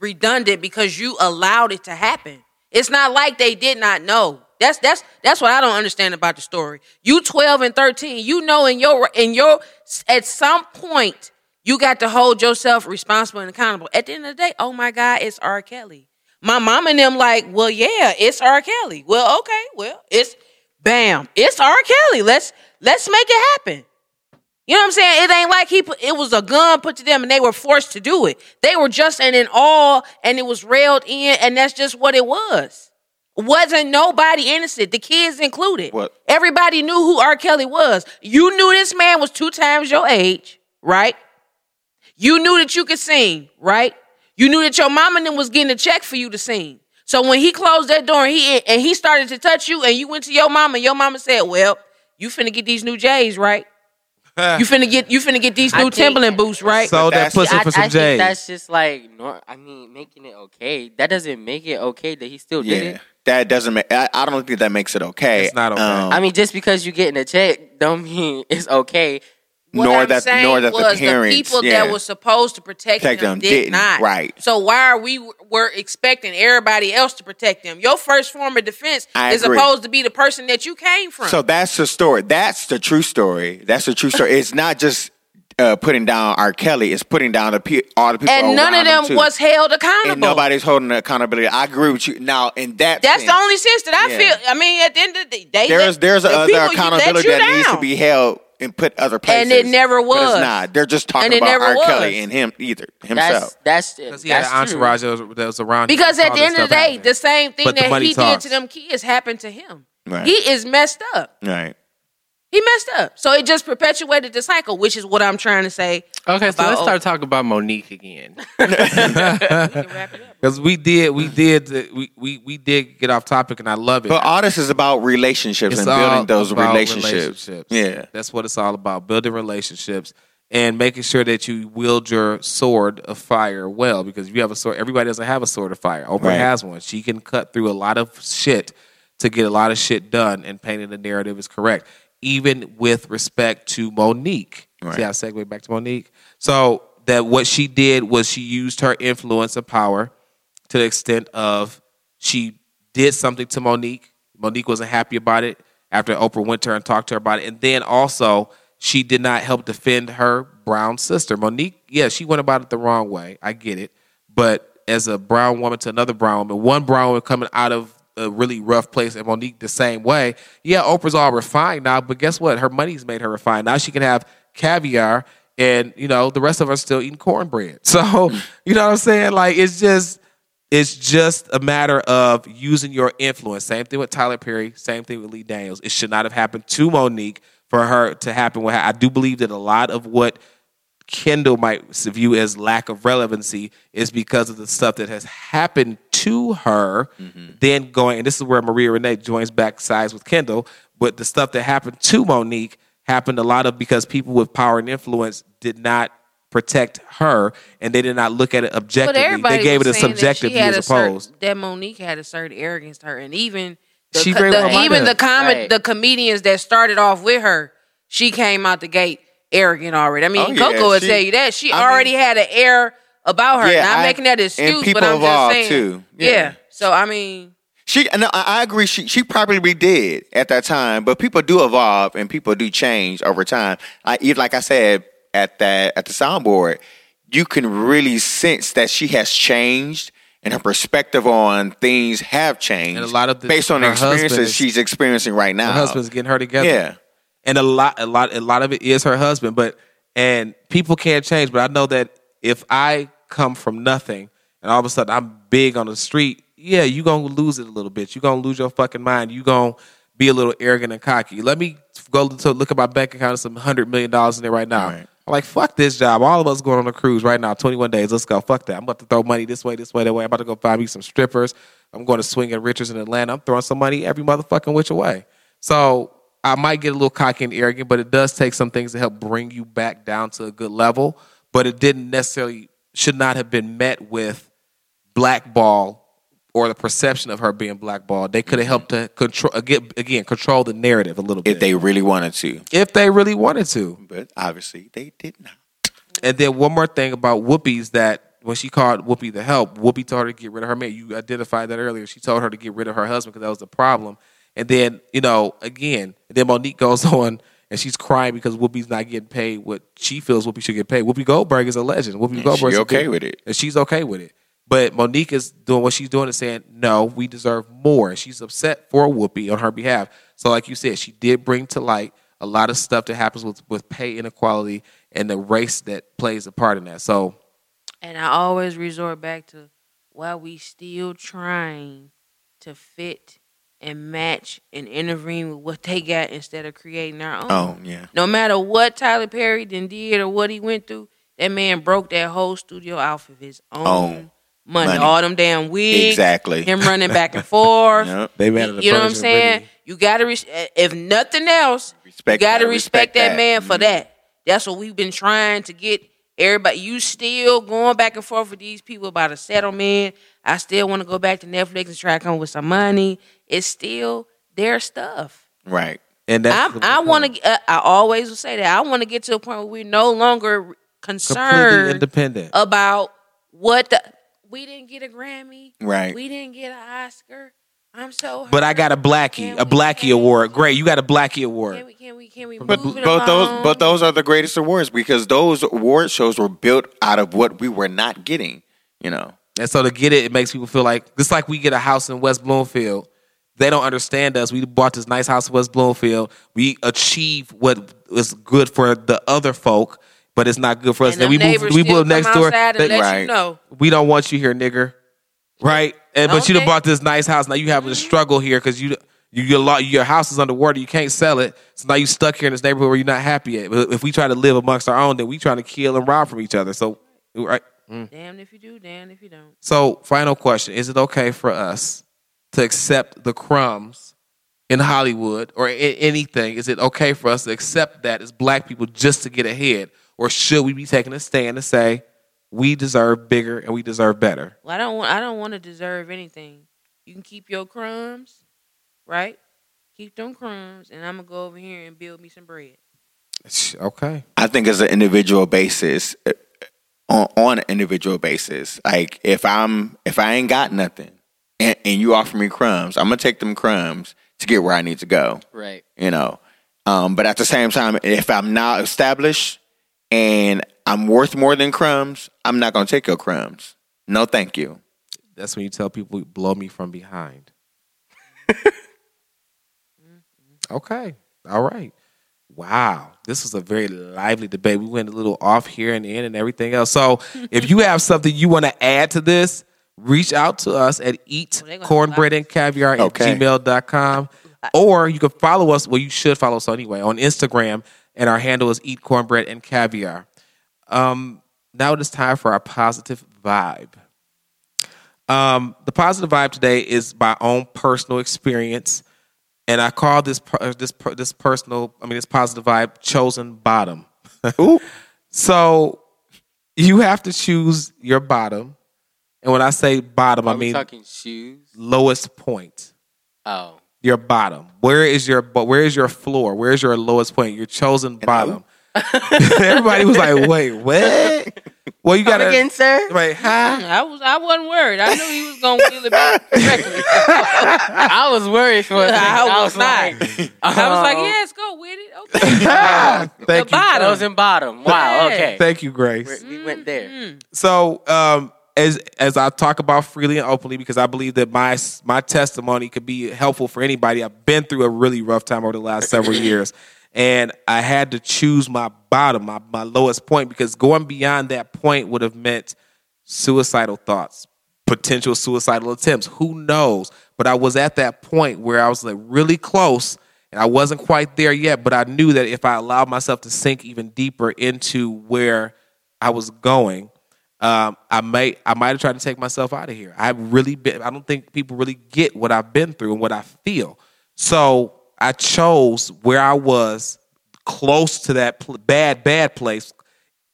S3: redundant because you allowed it to happen. It's not like they did not know. That's that's that's what I don't understand about the story. You twelve and thirteen, you know in your in your at some point you got to hold yourself responsible and accountable. At the end of the day, oh my God, it's R. Kelly. My mom and them like, well, yeah, it's R. Kelly. Well, okay, well, it's bam, it's R. Kelly. Let's let's make it happen. You know what I'm saying? It ain't like he put, it was a gun put to them and they were forced to do it. They were just in an awe and it was railed in and that's just what it was. Wasn't nobody innocent, the kids included.
S6: What?
S3: Everybody knew who R. Kelly was. You knew this man was two times your age, right? You knew that you could sing, right? You knew that your mama then was getting a check for you to sing. So when he closed that door and he and he started to touch you and you went to your mama, your mama said, "Well, you finna get these new J's, right? you finna get you finna get these
S5: I
S3: new
S5: think-
S3: Timberland boots, right?
S2: So Oh, that
S6: that's-
S2: pussy
S5: I,
S2: for some
S5: I
S2: J's.
S5: think that's just like, nor- I mean, making it okay. That doesn't make it okay that he still did
S6: Yeah,
S5: it.
S6: that doesn't make. I, I don't think that makes it okay. Um,
S2: It's not okay.
S5: I mean, just because you're getting a check, don't mean it's okay.
S3: What
S6: nor
S3: I'm
S6: that,
S3: saying
S6: nor that
S3: was
S6: the parents.
S3: people
S6: yeah.
S3: that were supposed to protect,
S6: Protect
S3: them,
S6: them
S3: did
S6: didn't,
S3: not.
S6: right.
S3: So why are we were expecting everybody else to protect them? Your first form of defense
S6: I
S3: is
S6: agree.
S3: supposed to be the person that you came from.
S6: So that's the story. That's the true story. That's the true story. it's not just uh, putting down R. Kelly. It's putting down the pe- all the people.
S3: and none of
S6: around him,
S3: them
S6: too.
S3: was held accountable.
S6: And nobody's holding the accountability. I agree with you. Now in that
S3: That's
S6: sense,
S3: the only sense that I
S6: Yeah.
S3: feel. I mean, at the end of the day, they
S6: there's
S3: let-
S6: there's
S3: the
S6: other
S3: people you- let
S6: accountability
S3: you
S6: that needs to
S3: down.
S6: be held and put other
S3: And
S6: places.
S3: it never
S6: But
S3: was.
S6: it's not. They're just talking
S3: And it
S6: about
S3: never
S6: R.
S3: was.
S6: Kelly and him either himself.
S5: That's that's
S2: Because he had an
S5: that's true.
S2: entourage that was, that was around. him
S3: Because
S2: that
S3: at
S2: saw
S3: the
S2: this
S3: end of the
S2: stuff
S3: day,
S2: happen.
S3: the same thing
S2: But the
S3: that
S2: money
S3: he
S2: talks.
S3: did to them kids happened to him.
S6: Right.
S3: He is messed up.
S6: right.
S3: He messed up. So it just perpetuated the cycle, which is what I'm trying to say.
S4: Okay, so
S3: About-
S4: let's start talking about Monique again.
S3: We can wrap it up.
S2: Because we did, we did, the- we, we we did get off topic, and I love it.
S6: But all this is about relationships
S2: It's
S6: and
S2: all
S6: building those
S2: about
S6: relationships. Yeah.
S2: that's what it's all about: building relationships and making sure that you wield your sword of fire well. Because if you have a sword, everybody doesn't have a sword of fire. Oprah
S6: Right.
S2: has one. She can cut through a lot of shit to get a lot of shit done, and painting the narrative is correct, even with respect to Monique.
S6: Right.
S2: See how I segue back to Monique. So that what she did was she used her influence and power to the extent of she did something to Monique. Monique wasn't happy about it after Oprah went to her and talked to her about it. And then also, she did not help defend her brown sister. Monique, yeah, she went about it the wrong way. I get it. But as a brown woman to another brown woman, one brown woman coming out of a really rough place and Monique the same way. Yeah, Oprah's all refined now, but guess what? Her money's made her refined. Now she can have caviar and, you know, the rest of us still eating cornbread. So, you know what I'm saying? Like it's just it's just a matter of using your influence. Same thing with Tyler Perry. Same thing with Lee Daniels. It should not have happened to Monique for her to happen. With her. I do believe that a lot of what Kendall might view as lack of relevancy is because of the stuff that has happened to her. Then going, and this is where Maria Renee joins back sides with Kendall. But the stuff that happened to Monique happened a lot of because people with power and influence did not protect her and they did not look at it
S3: But
S2: objectively.
S3: everybody
S2: they gave
S3: was
S2: it a
S3: saying that
S2: subjective
S3: she
S2: view
S3: had
S2: as
S3: a certain-
S2: opposed.
S3: that Monique had a certain arrogance to her, and even the,
S2: She
S3: co-
S2: very
S3: the-
S2: well might
S3: even
S2: have.
S3: the com-
S5: Right.
S3: the comedians that started off with her, she came out the gate arrogant already. I mean,
S6: Oh, yeah,
S3: Coco would
S6: she-
S3: tell you that she
S6: I mean-
S3: already had an air about her.
S6: Yeah,
S3: Not
S6: I-
S3: making that
S6: and
S3: excuse,
S6: people
S3: but I'm
S6: evolve,
S3: just saying.
S6: too.
S3: Yeah.
S6: Yeah.
S3: So I mean,
S6: She no, I I agree. She she probably did at that time, but people do evolve and people do change over time. I even like I said at that at the soundboard, you can really sense that she has changed and her perspective on things have changed.
S2: And a lot of the-
S6: based on the
S2: her husband
S6: experiences
S2: is-
S6: she's experiencing right now.
S2: Her husband's getting her together.
S6: Yeah.
S2: And a lot a lot a lot of it is her husband, but and people can't change, but I know that if I come from nothing and all of a sudden I'm big on the street, yeah, you going to lose it a little bit. you going to lose your fucking mind. you going to be a little arrogant and cocky. Let me go to look at my bank account and some 100 million dollars in there right now.
S6: Right.
S2: I'm like, fuck this job. All of us going on a cruise right now, 21 days. Let's go. Fuck that. I'm about to throw money this way, this way, that way. I'm about to go find me some strippers. I'm going to swing at Richards in Atlanta. I'm throwing some money every motherfucking which away. So I might get a little cocky and arrogant, but it does take some things to help bring you back down to a good level. but it didn't necessarily should not have been met with blackball or the perception of her being blackballed. They could have helped to control again, again control the narrative a little bit
S6: if they really wanted to.
S2: if they really wanted to.
S6: But obviously, they did not.
S2: And then one more thing about Whoopi's that when she called Whoopi the help, Whoopi told her to get rid of her man. You identified that earlier. She told her to get rid of her husband because that was the problem. And then you know again, then Monique goes on and she's crying because Whoopi's not getting paid what she feels Whoopi should get paid. Whoopi Goldberg is a legend. Whoopi Goldberg
S6: she okay with it.
S2: and she's okay with it. But Monique is doing what she's doing and saying, no, we deserve more. And she's upset for Whoopi on her behalf. So, like you said, she did bring to light a lot of stuff that happens with, with pay inequality and the race that plays a part in that. So,
S3: And I always resort back to why we still trying to fit and match and intervene with what they got instead of creating our own.
S6: Oh yeah,
S3: No matter what Tyler Perry done did or what he went through, that man broke that whole studio off of his own
S6: Own
S3: money.
S6: money.
S3: All them damn wigs,
S6: exactly.
S3: him running back and forth.
S6: Yep.
S2: they
S3: You know what I'm saying? You gotta, res- eh, if nothing else,
S6: Respect.
S3: you got to respect, that, man for that. That's what we've been trying to get everybody. You still going back and forth with these people about a settlement. I still want to go back to Netflix and try to come up with some money. It's still their stuff.
S6: Right.
S2: And that's
S3: I'm, I want to. Uh, I always will say that I want to get to a point where we're no longer
S2: completely
S3: concerned
S2: independent.
S3: about what the. We didn't get a Grammy.
S6: Right.
S3: We didn't get an Oscar. I'm so. Hurt.
S2: but I got a Blackie,
S3: Can
S2: a
S3: we
S2: Blackie
S3: change-
S2: award. Great, you got a Blackie award.
S3: Can we? Can we? Can we?
S6: But
S3: move it
S6: both
S3: along?
S6: those, but those are the greatest awards because those award shows were built out of what we were not getting. You know,
S2: And so to get it, it makes people feel like just like we get a house in West Bloomfield, they don't understand us. We bought this nice house in West Bloomfield. We achieve what is good for the other folk, but it's not good for us.
S3: And them
S2: we
S3: neighbors
S2: we
S3: still
S2: move
S3: come
S2: next door.
S3: outside
S2: They-
S3: And let
S6: Right.
S3: you know.
S2: we don't want you here, nigger. Right? And but
S3: Don't
S2: you done
S3: they?
S2: bought this nice house. Now you
S3: Mm-hmm.
S2: having to struggle here because you you your lot your house is underwater. You can't sell it. So now you stuck here in this neighborhood where you're not happy at. But if we try to live amongst our own, then we trying to kill and rob from each other. So right.
S3: Damn if you do, damn if you don't.
S2: So, final question: Is it okay for us to accept the crumbs in Hollywood or I- anything? Is it okay for us to accept that as black people just to get ahead, or should we be taking a stand to say we deserve bigger and we deserve better?
S3: Well, I don't want. I don't want to deserve anything. You can keep your crumbs, right? Keep them crumbs, and I'm gonna go over here and build me some bread.
S2: Okay,
S6: I think as an individual basis, uh, on, on an individual basis, like if I'm if I ain't got nothing, and, and you offer me crumbs, I'm gonna take them crumbs to get where I need to go.
S5: Right.
S6: you know. Um, but at the same time, if I'm now established and I'm worth more than crumbs, I'm not gonna take your crumbs. No, thank you.
S2: that's when you tell people blow me from behind. okay, all right. Wow, this was a very lively debate. We went a little off here and in and everything else. So, if you have something you want to add to this, reach out to us at
S3: they gonna
S2: eatcornbreadandcaviar at
S6: Okay.
S2: gmail.com. Or you can follow us, well, you should follow us anyway, on Instagram, and our handle is eatcornbread and caviar. Um, now it is time for our positive vibe. Um, the positive vibe today is my own personal experience, and I call this per- this per- this personal, I mean, this positive vibe, chosen bottom. so you have to choose your bottom, and when I say bottom, I
S5: Are we
S2: mean
S5: talking shoes?
S2: lowest point.
S5: Oh,
S2: Your bottom. Where is your but where is your floor? Where is your lowest point? Your chosen bottom. Everybody was like, "Wait, what?" Well, you got
S5: Come again,
S2: to
S5: sir.
S2: wait, huh?
S3: I was. I wasn't worried. I knew he was gonna wheel it back correctly.
S5: I was worried for a second.
S3: I
S5: I
S3: was
S5: was like,
S3: I was like,
S5: um,
S3: yes, go with it. Okay.
S2: Thank you.
S5: Bottom. Those in bottom. Wow.
S3: Yeah. Mm-hmm.
S5: Okay.
S2: Thank you, Grace.
S5: We- We went there.
S2: so um, as as I talk about freely and openly, because I believe that my my testimony could be helpful for anybody. I've been through a really rough time over the last several years, and I had to choose my bottom, my, my lowest point, because going beyond that point would have meant suicidal thoughts, potential suicidal attempts. Who knows? But I was at that point where I was like really close and I wasn't quite there yet, but I knew that if I allowed myself to sink even deeper into where I was going, um, I might I might have tried to take myself out of here. I've really been I don't think people really get what I've been through and what I feel. So I chose where I was close to that pl- bad, bad place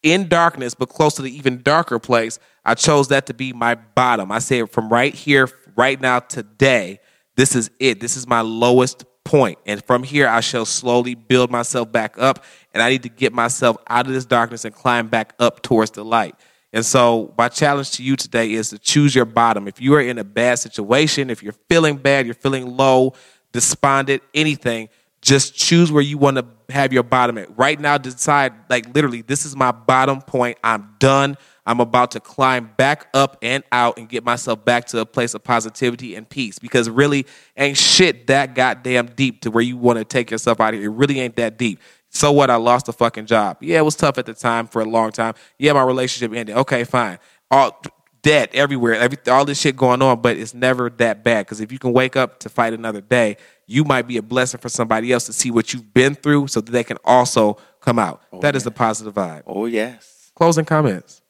S2: in darkness, but close to the even darker place. I chose that to be my bottom. I said, from right here, right now, today, this is it. This is my lowest point. And from here, I shall slowly build myself back up. And I need to get myself out of this darkness and climb back up towards the light. And so, my challenge to you today is to choose your bottom. If you are in a bad situation, if you're feeling bad, you're feeling low, despondent, anything, just choose where you want to have your bottom at. Right now, decide, like, literally, this is my bottom point. I'm done. I'm about to climb back up and out and get myself back to a place of positivity and peace because really ain't shit that goddamn deep to where you want to take yourself out of here. It really ain't that deep. So what? I lost a fucking job. Yeah, it was tough at the time for a long time. Yeah, my relationship ended. Okay, fine. All debt everywhere, every, all this shit going on, but it's never that bad because if you can wake up to fight another day, you might be a blessing for somebody else to see what you've been through so that they can also come out. That is the positive vibe.
S6: Oh yes.
S2: Closing comments.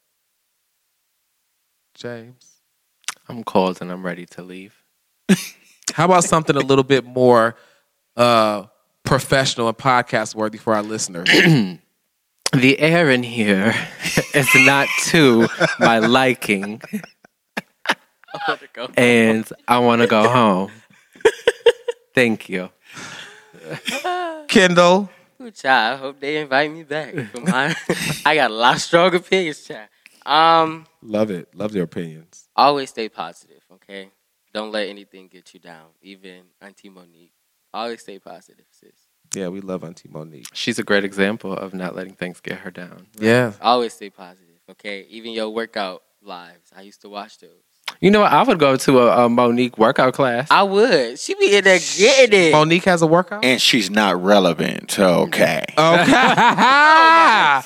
S2: James.
S4: I'm cold and I'm ready to leave.
S2: How about something a little bit more uh, professional and podcast worthy for our listeners?
S4: The air in here is not to my liking, and I want to go home. Thank you.
S2: Kendall.
S5: Ooh, child, I hope they invite me back. Come on. I got a lot stronger opinions, child. Um,
S2: Love it. Love your opinions.
S5: always stay positive, okay? Don't let anything get you down, even Auntie Monique. Always stay positive, sis.
S2: Yeah, we love Auntie Monique.
S4: She's a great example of not letting things get her down.
S2: Yeah.
S5: Always stay positive, okay? Even your workout lives. I used to watch those.
S4: You know what? I would go to a, a Monique workout class.
S5: I would. She be in there getting it.
S2: Monique has a workout?
S6: And she's not relevant. Okay.
S2: Okay.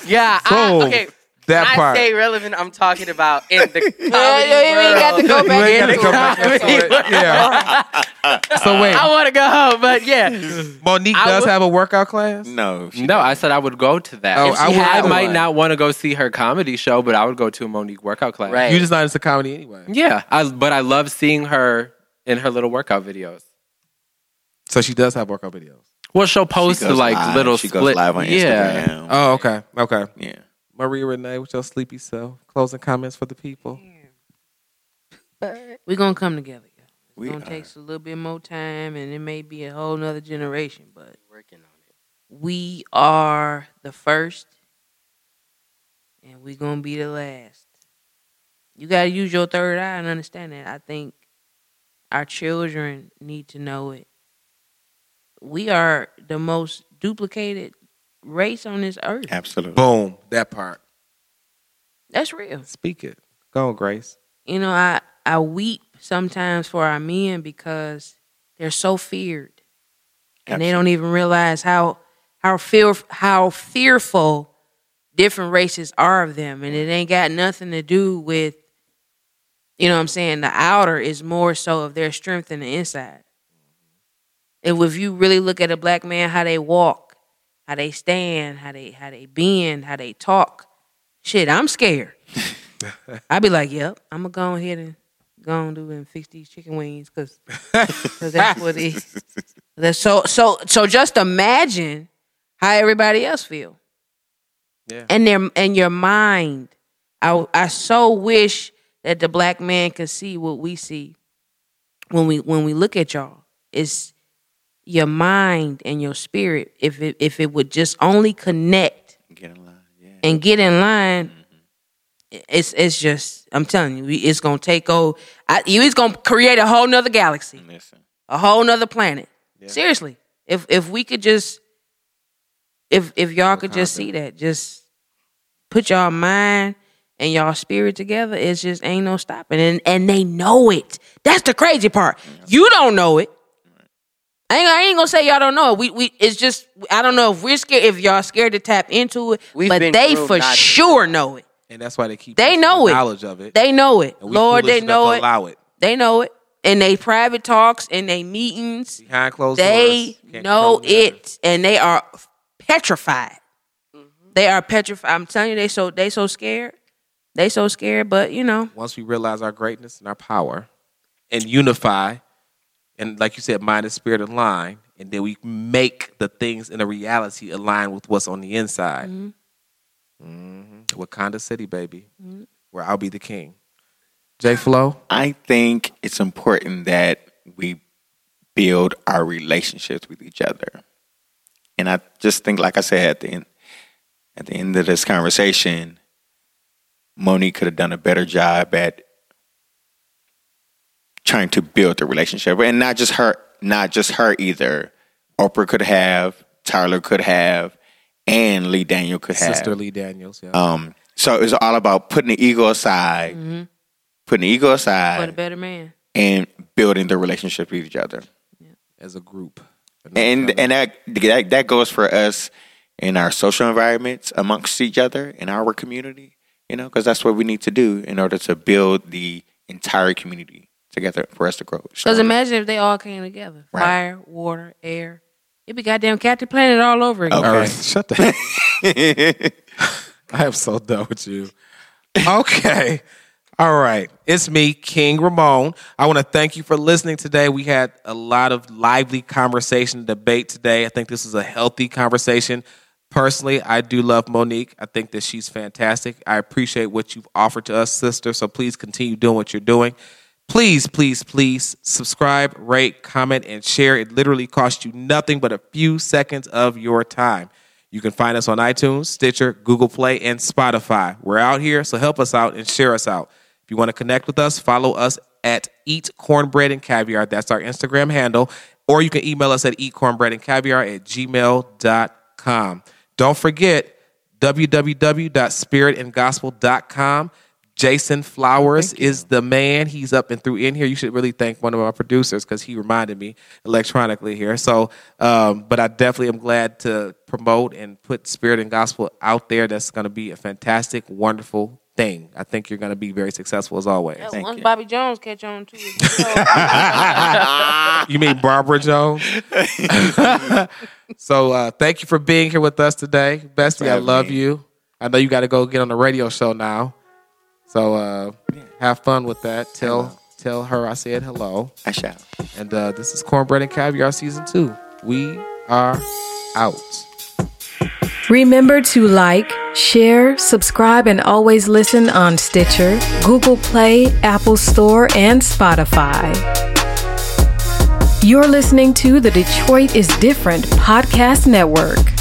S5: Yeah, I,
S2: Boom.
S5: okay.
S2: that
S5: I
S2: part.
S5: say relevant. I'm talking about in the comedy
S3: yeah, you ain't got to
S5: world.
S3: go
S2: You ain't gotta
S3: back
S2: go
S3: into it.
S2: back into it. Yeah. So
S5: I
S2: wait,
S5: want to go home, but yeah.
S2: Monique
S5: I
S2: does
S5: would-
S2: have a workout class?
S6: No. she-
S4: no, I said I would go to that.
S2: Oh,
S4: If she
S2: I would-
S4: had-
S2: I would.
S4: might not want to go see her comedy show, but I would go to a Monique workout class.
S5: Right.
S2: You just not into comedy anyway.
S4: Yeah, I, but I love seeing her in her little workout videos.
S2: So she does have workout videos.
S4: Well, she'll
S6: she
S4: post
S6: goes
S4: like
S6: live.
S4: little
S6: She
S4: split.
S6: goes live on
S4: yeah.
S6: Instagram.
S2: Oh, okay. Okay.
S6: Yeah.
S2: Maria Renee, with your sleepy self, closing comments for the people.
S3: We're gonna come together. y'all. It's
S6: We
S3: gonna
S6: are.
S3: take us a little bit more time, and it may be a whole nother generation, but
S5: Working on
S3: we are the first, and we're gonna be the last. You gotta use your third eye and understand that. I think our children need to know it. We are the most duplicated race on this earth.
S6: Absolutely.
S2: Boom. That part.
S3: That's real.
S2: Speak it. Go on, Grace.
S3: you know, I I weep sometimes for our men because they're so feared, and they don't even realize how how fear how fearful different races are of them, and it ain't got nothing to do with, you know, what I'm saying the outer is more so of their strength in the inside. If if you really look at a black man, how they walk, how they stand, how they how they bend, how they talk, shit, I'm scared. I'd be like, yep, I'm gonna go ahead and go on do and fix these chicken wings because that's what it is. That's so so so. Just imagine how everybody else feel.
S2: Yeah.
S3: And their and your mind. I I so wish that the black man could see what we see when we when we look at y'all. It's your mind and your spirit. If it if it would just only connect
S6: Get in line. Yeah.
S3: and get in line, it's it's just I'm telling you, we- it's gonna take over. I, you, it's gonna create a whole nother galaxy,
S6: Listen.
S3: a whole nother planet. Seriously, if if we could just, if if y'all could just see that, just put y'all mind and y'all spirit together, it's just ain't no stopping. And and they know it. That's the crazy part. You don't know it. I ain't, I ain't gonna say y'all don't know it. We we it's just I don't know if we're scared if y'all scared to tap into it,
S5: We've
S3: but
S5: been
S3: they
S5: groomed
S3: for
S5: not to.
S3: sure know it.
S2: And that's why they keep
S3: They
S2: us
S3: know
S2: with
S3: it.
S2: knowledge of it.
S3: They know it.
S2: And we
S3: Lord,
S2: foolish
S3: they
S2: enough
S3: know
S2: to
S3: it.
S2: Allow it.
S3: They know it. In they private talks, in they meetings,
S2: Behind closed
S3: they
S2: doors. Can't
S3: know
S2: control nothing.
S3: it, and they are petrified. They are petrified. I'm telling you, they so they so scared. They so scared, but you know,
S2: Once we realize our greatness and our power and unify, and like you said, mind and spirit align, and then we make the things in the reality align with what's on the inside. Mm-hmm. Wakanda City, baby, where I'll be the king. J Flow,
S6: I think it's important that we build our relationships with each other. And I just think, like I said at the end, at the end of this conversation, Monique could have done a better job at trying to build the relationship, and not just her, not just her either. Oprah could have, Tyler could have, and Lee Daniel could have.
S2: Sister Lee Daniels. Yeah.
S6: Um, so it's all about putting the ego aside,
S2: Mm-hmm.
S6: putting the ego aside,
S3: For the better man.
S6: and building the relationship with each other.
S2: as a group.
S6: And and that, that that goes for us in our social environments amongst each other in our community, you know, because that's what we need to do in order to build the entire community together for us to grow.
S3: Because
S6: stronger.
S3: imagine if they all came together.
S6: Right.
S3: Fire, water, air. It'd be goddamn Captain Planet all over again.
S2: All right, shut the heck. I am so done with you. Okay. All right. It's me, King Ramon. I want to thank you for listening today. We had a lot of lively conversation, debate today. I think this is a healthy conversation. Personally, I do love Monique. I think that she's fantastic. I appreciate what you've offered to us, sister. So please continue doing what you're doing. Please, please, please subscribe, rate, comment, and share. It literally costs you nothing but a few seconds of your time. You can find us on iTunes, Stitcher, Google Play, and Spotify. We're out here, so help us out and share us out. If you want to connect with us, follow us at Eat Cornbread and Caviar. That's our Instagram handle. Or you can email us at eatcornbreadandcaviar at gmail.com. Don't forget www.spiritandgospel.com. Jason Flowers is the man. He's up and through in here. You should really thank one of our producers because he reminded me electronically here. So, um, but I definitely am glad to promote and put Spirit and Gospel out there. That's going to be a fantastic, wonderful thing. I think you're going to be very successful as always.
S3: Hell, Once Bobby Jones catch on to it.
S2: you mean Barbara Jones? so uh, thank you for being here with us today. Bestie, I
S6: having
S2: love
S6: me.
S2: you. I know you got to go get on the radio show now. So uh, have fun with that. Tell tell her I said hello.
S6: I shall.
S2: And uh, this is Cornbread and Caviar Season 2. We are out.
S1: Remember to like, share, subscribe, and always listen on Stitcher, Google Play, Apple Store, and Spotify. You're listening to the Detroit is Different Podcast Network.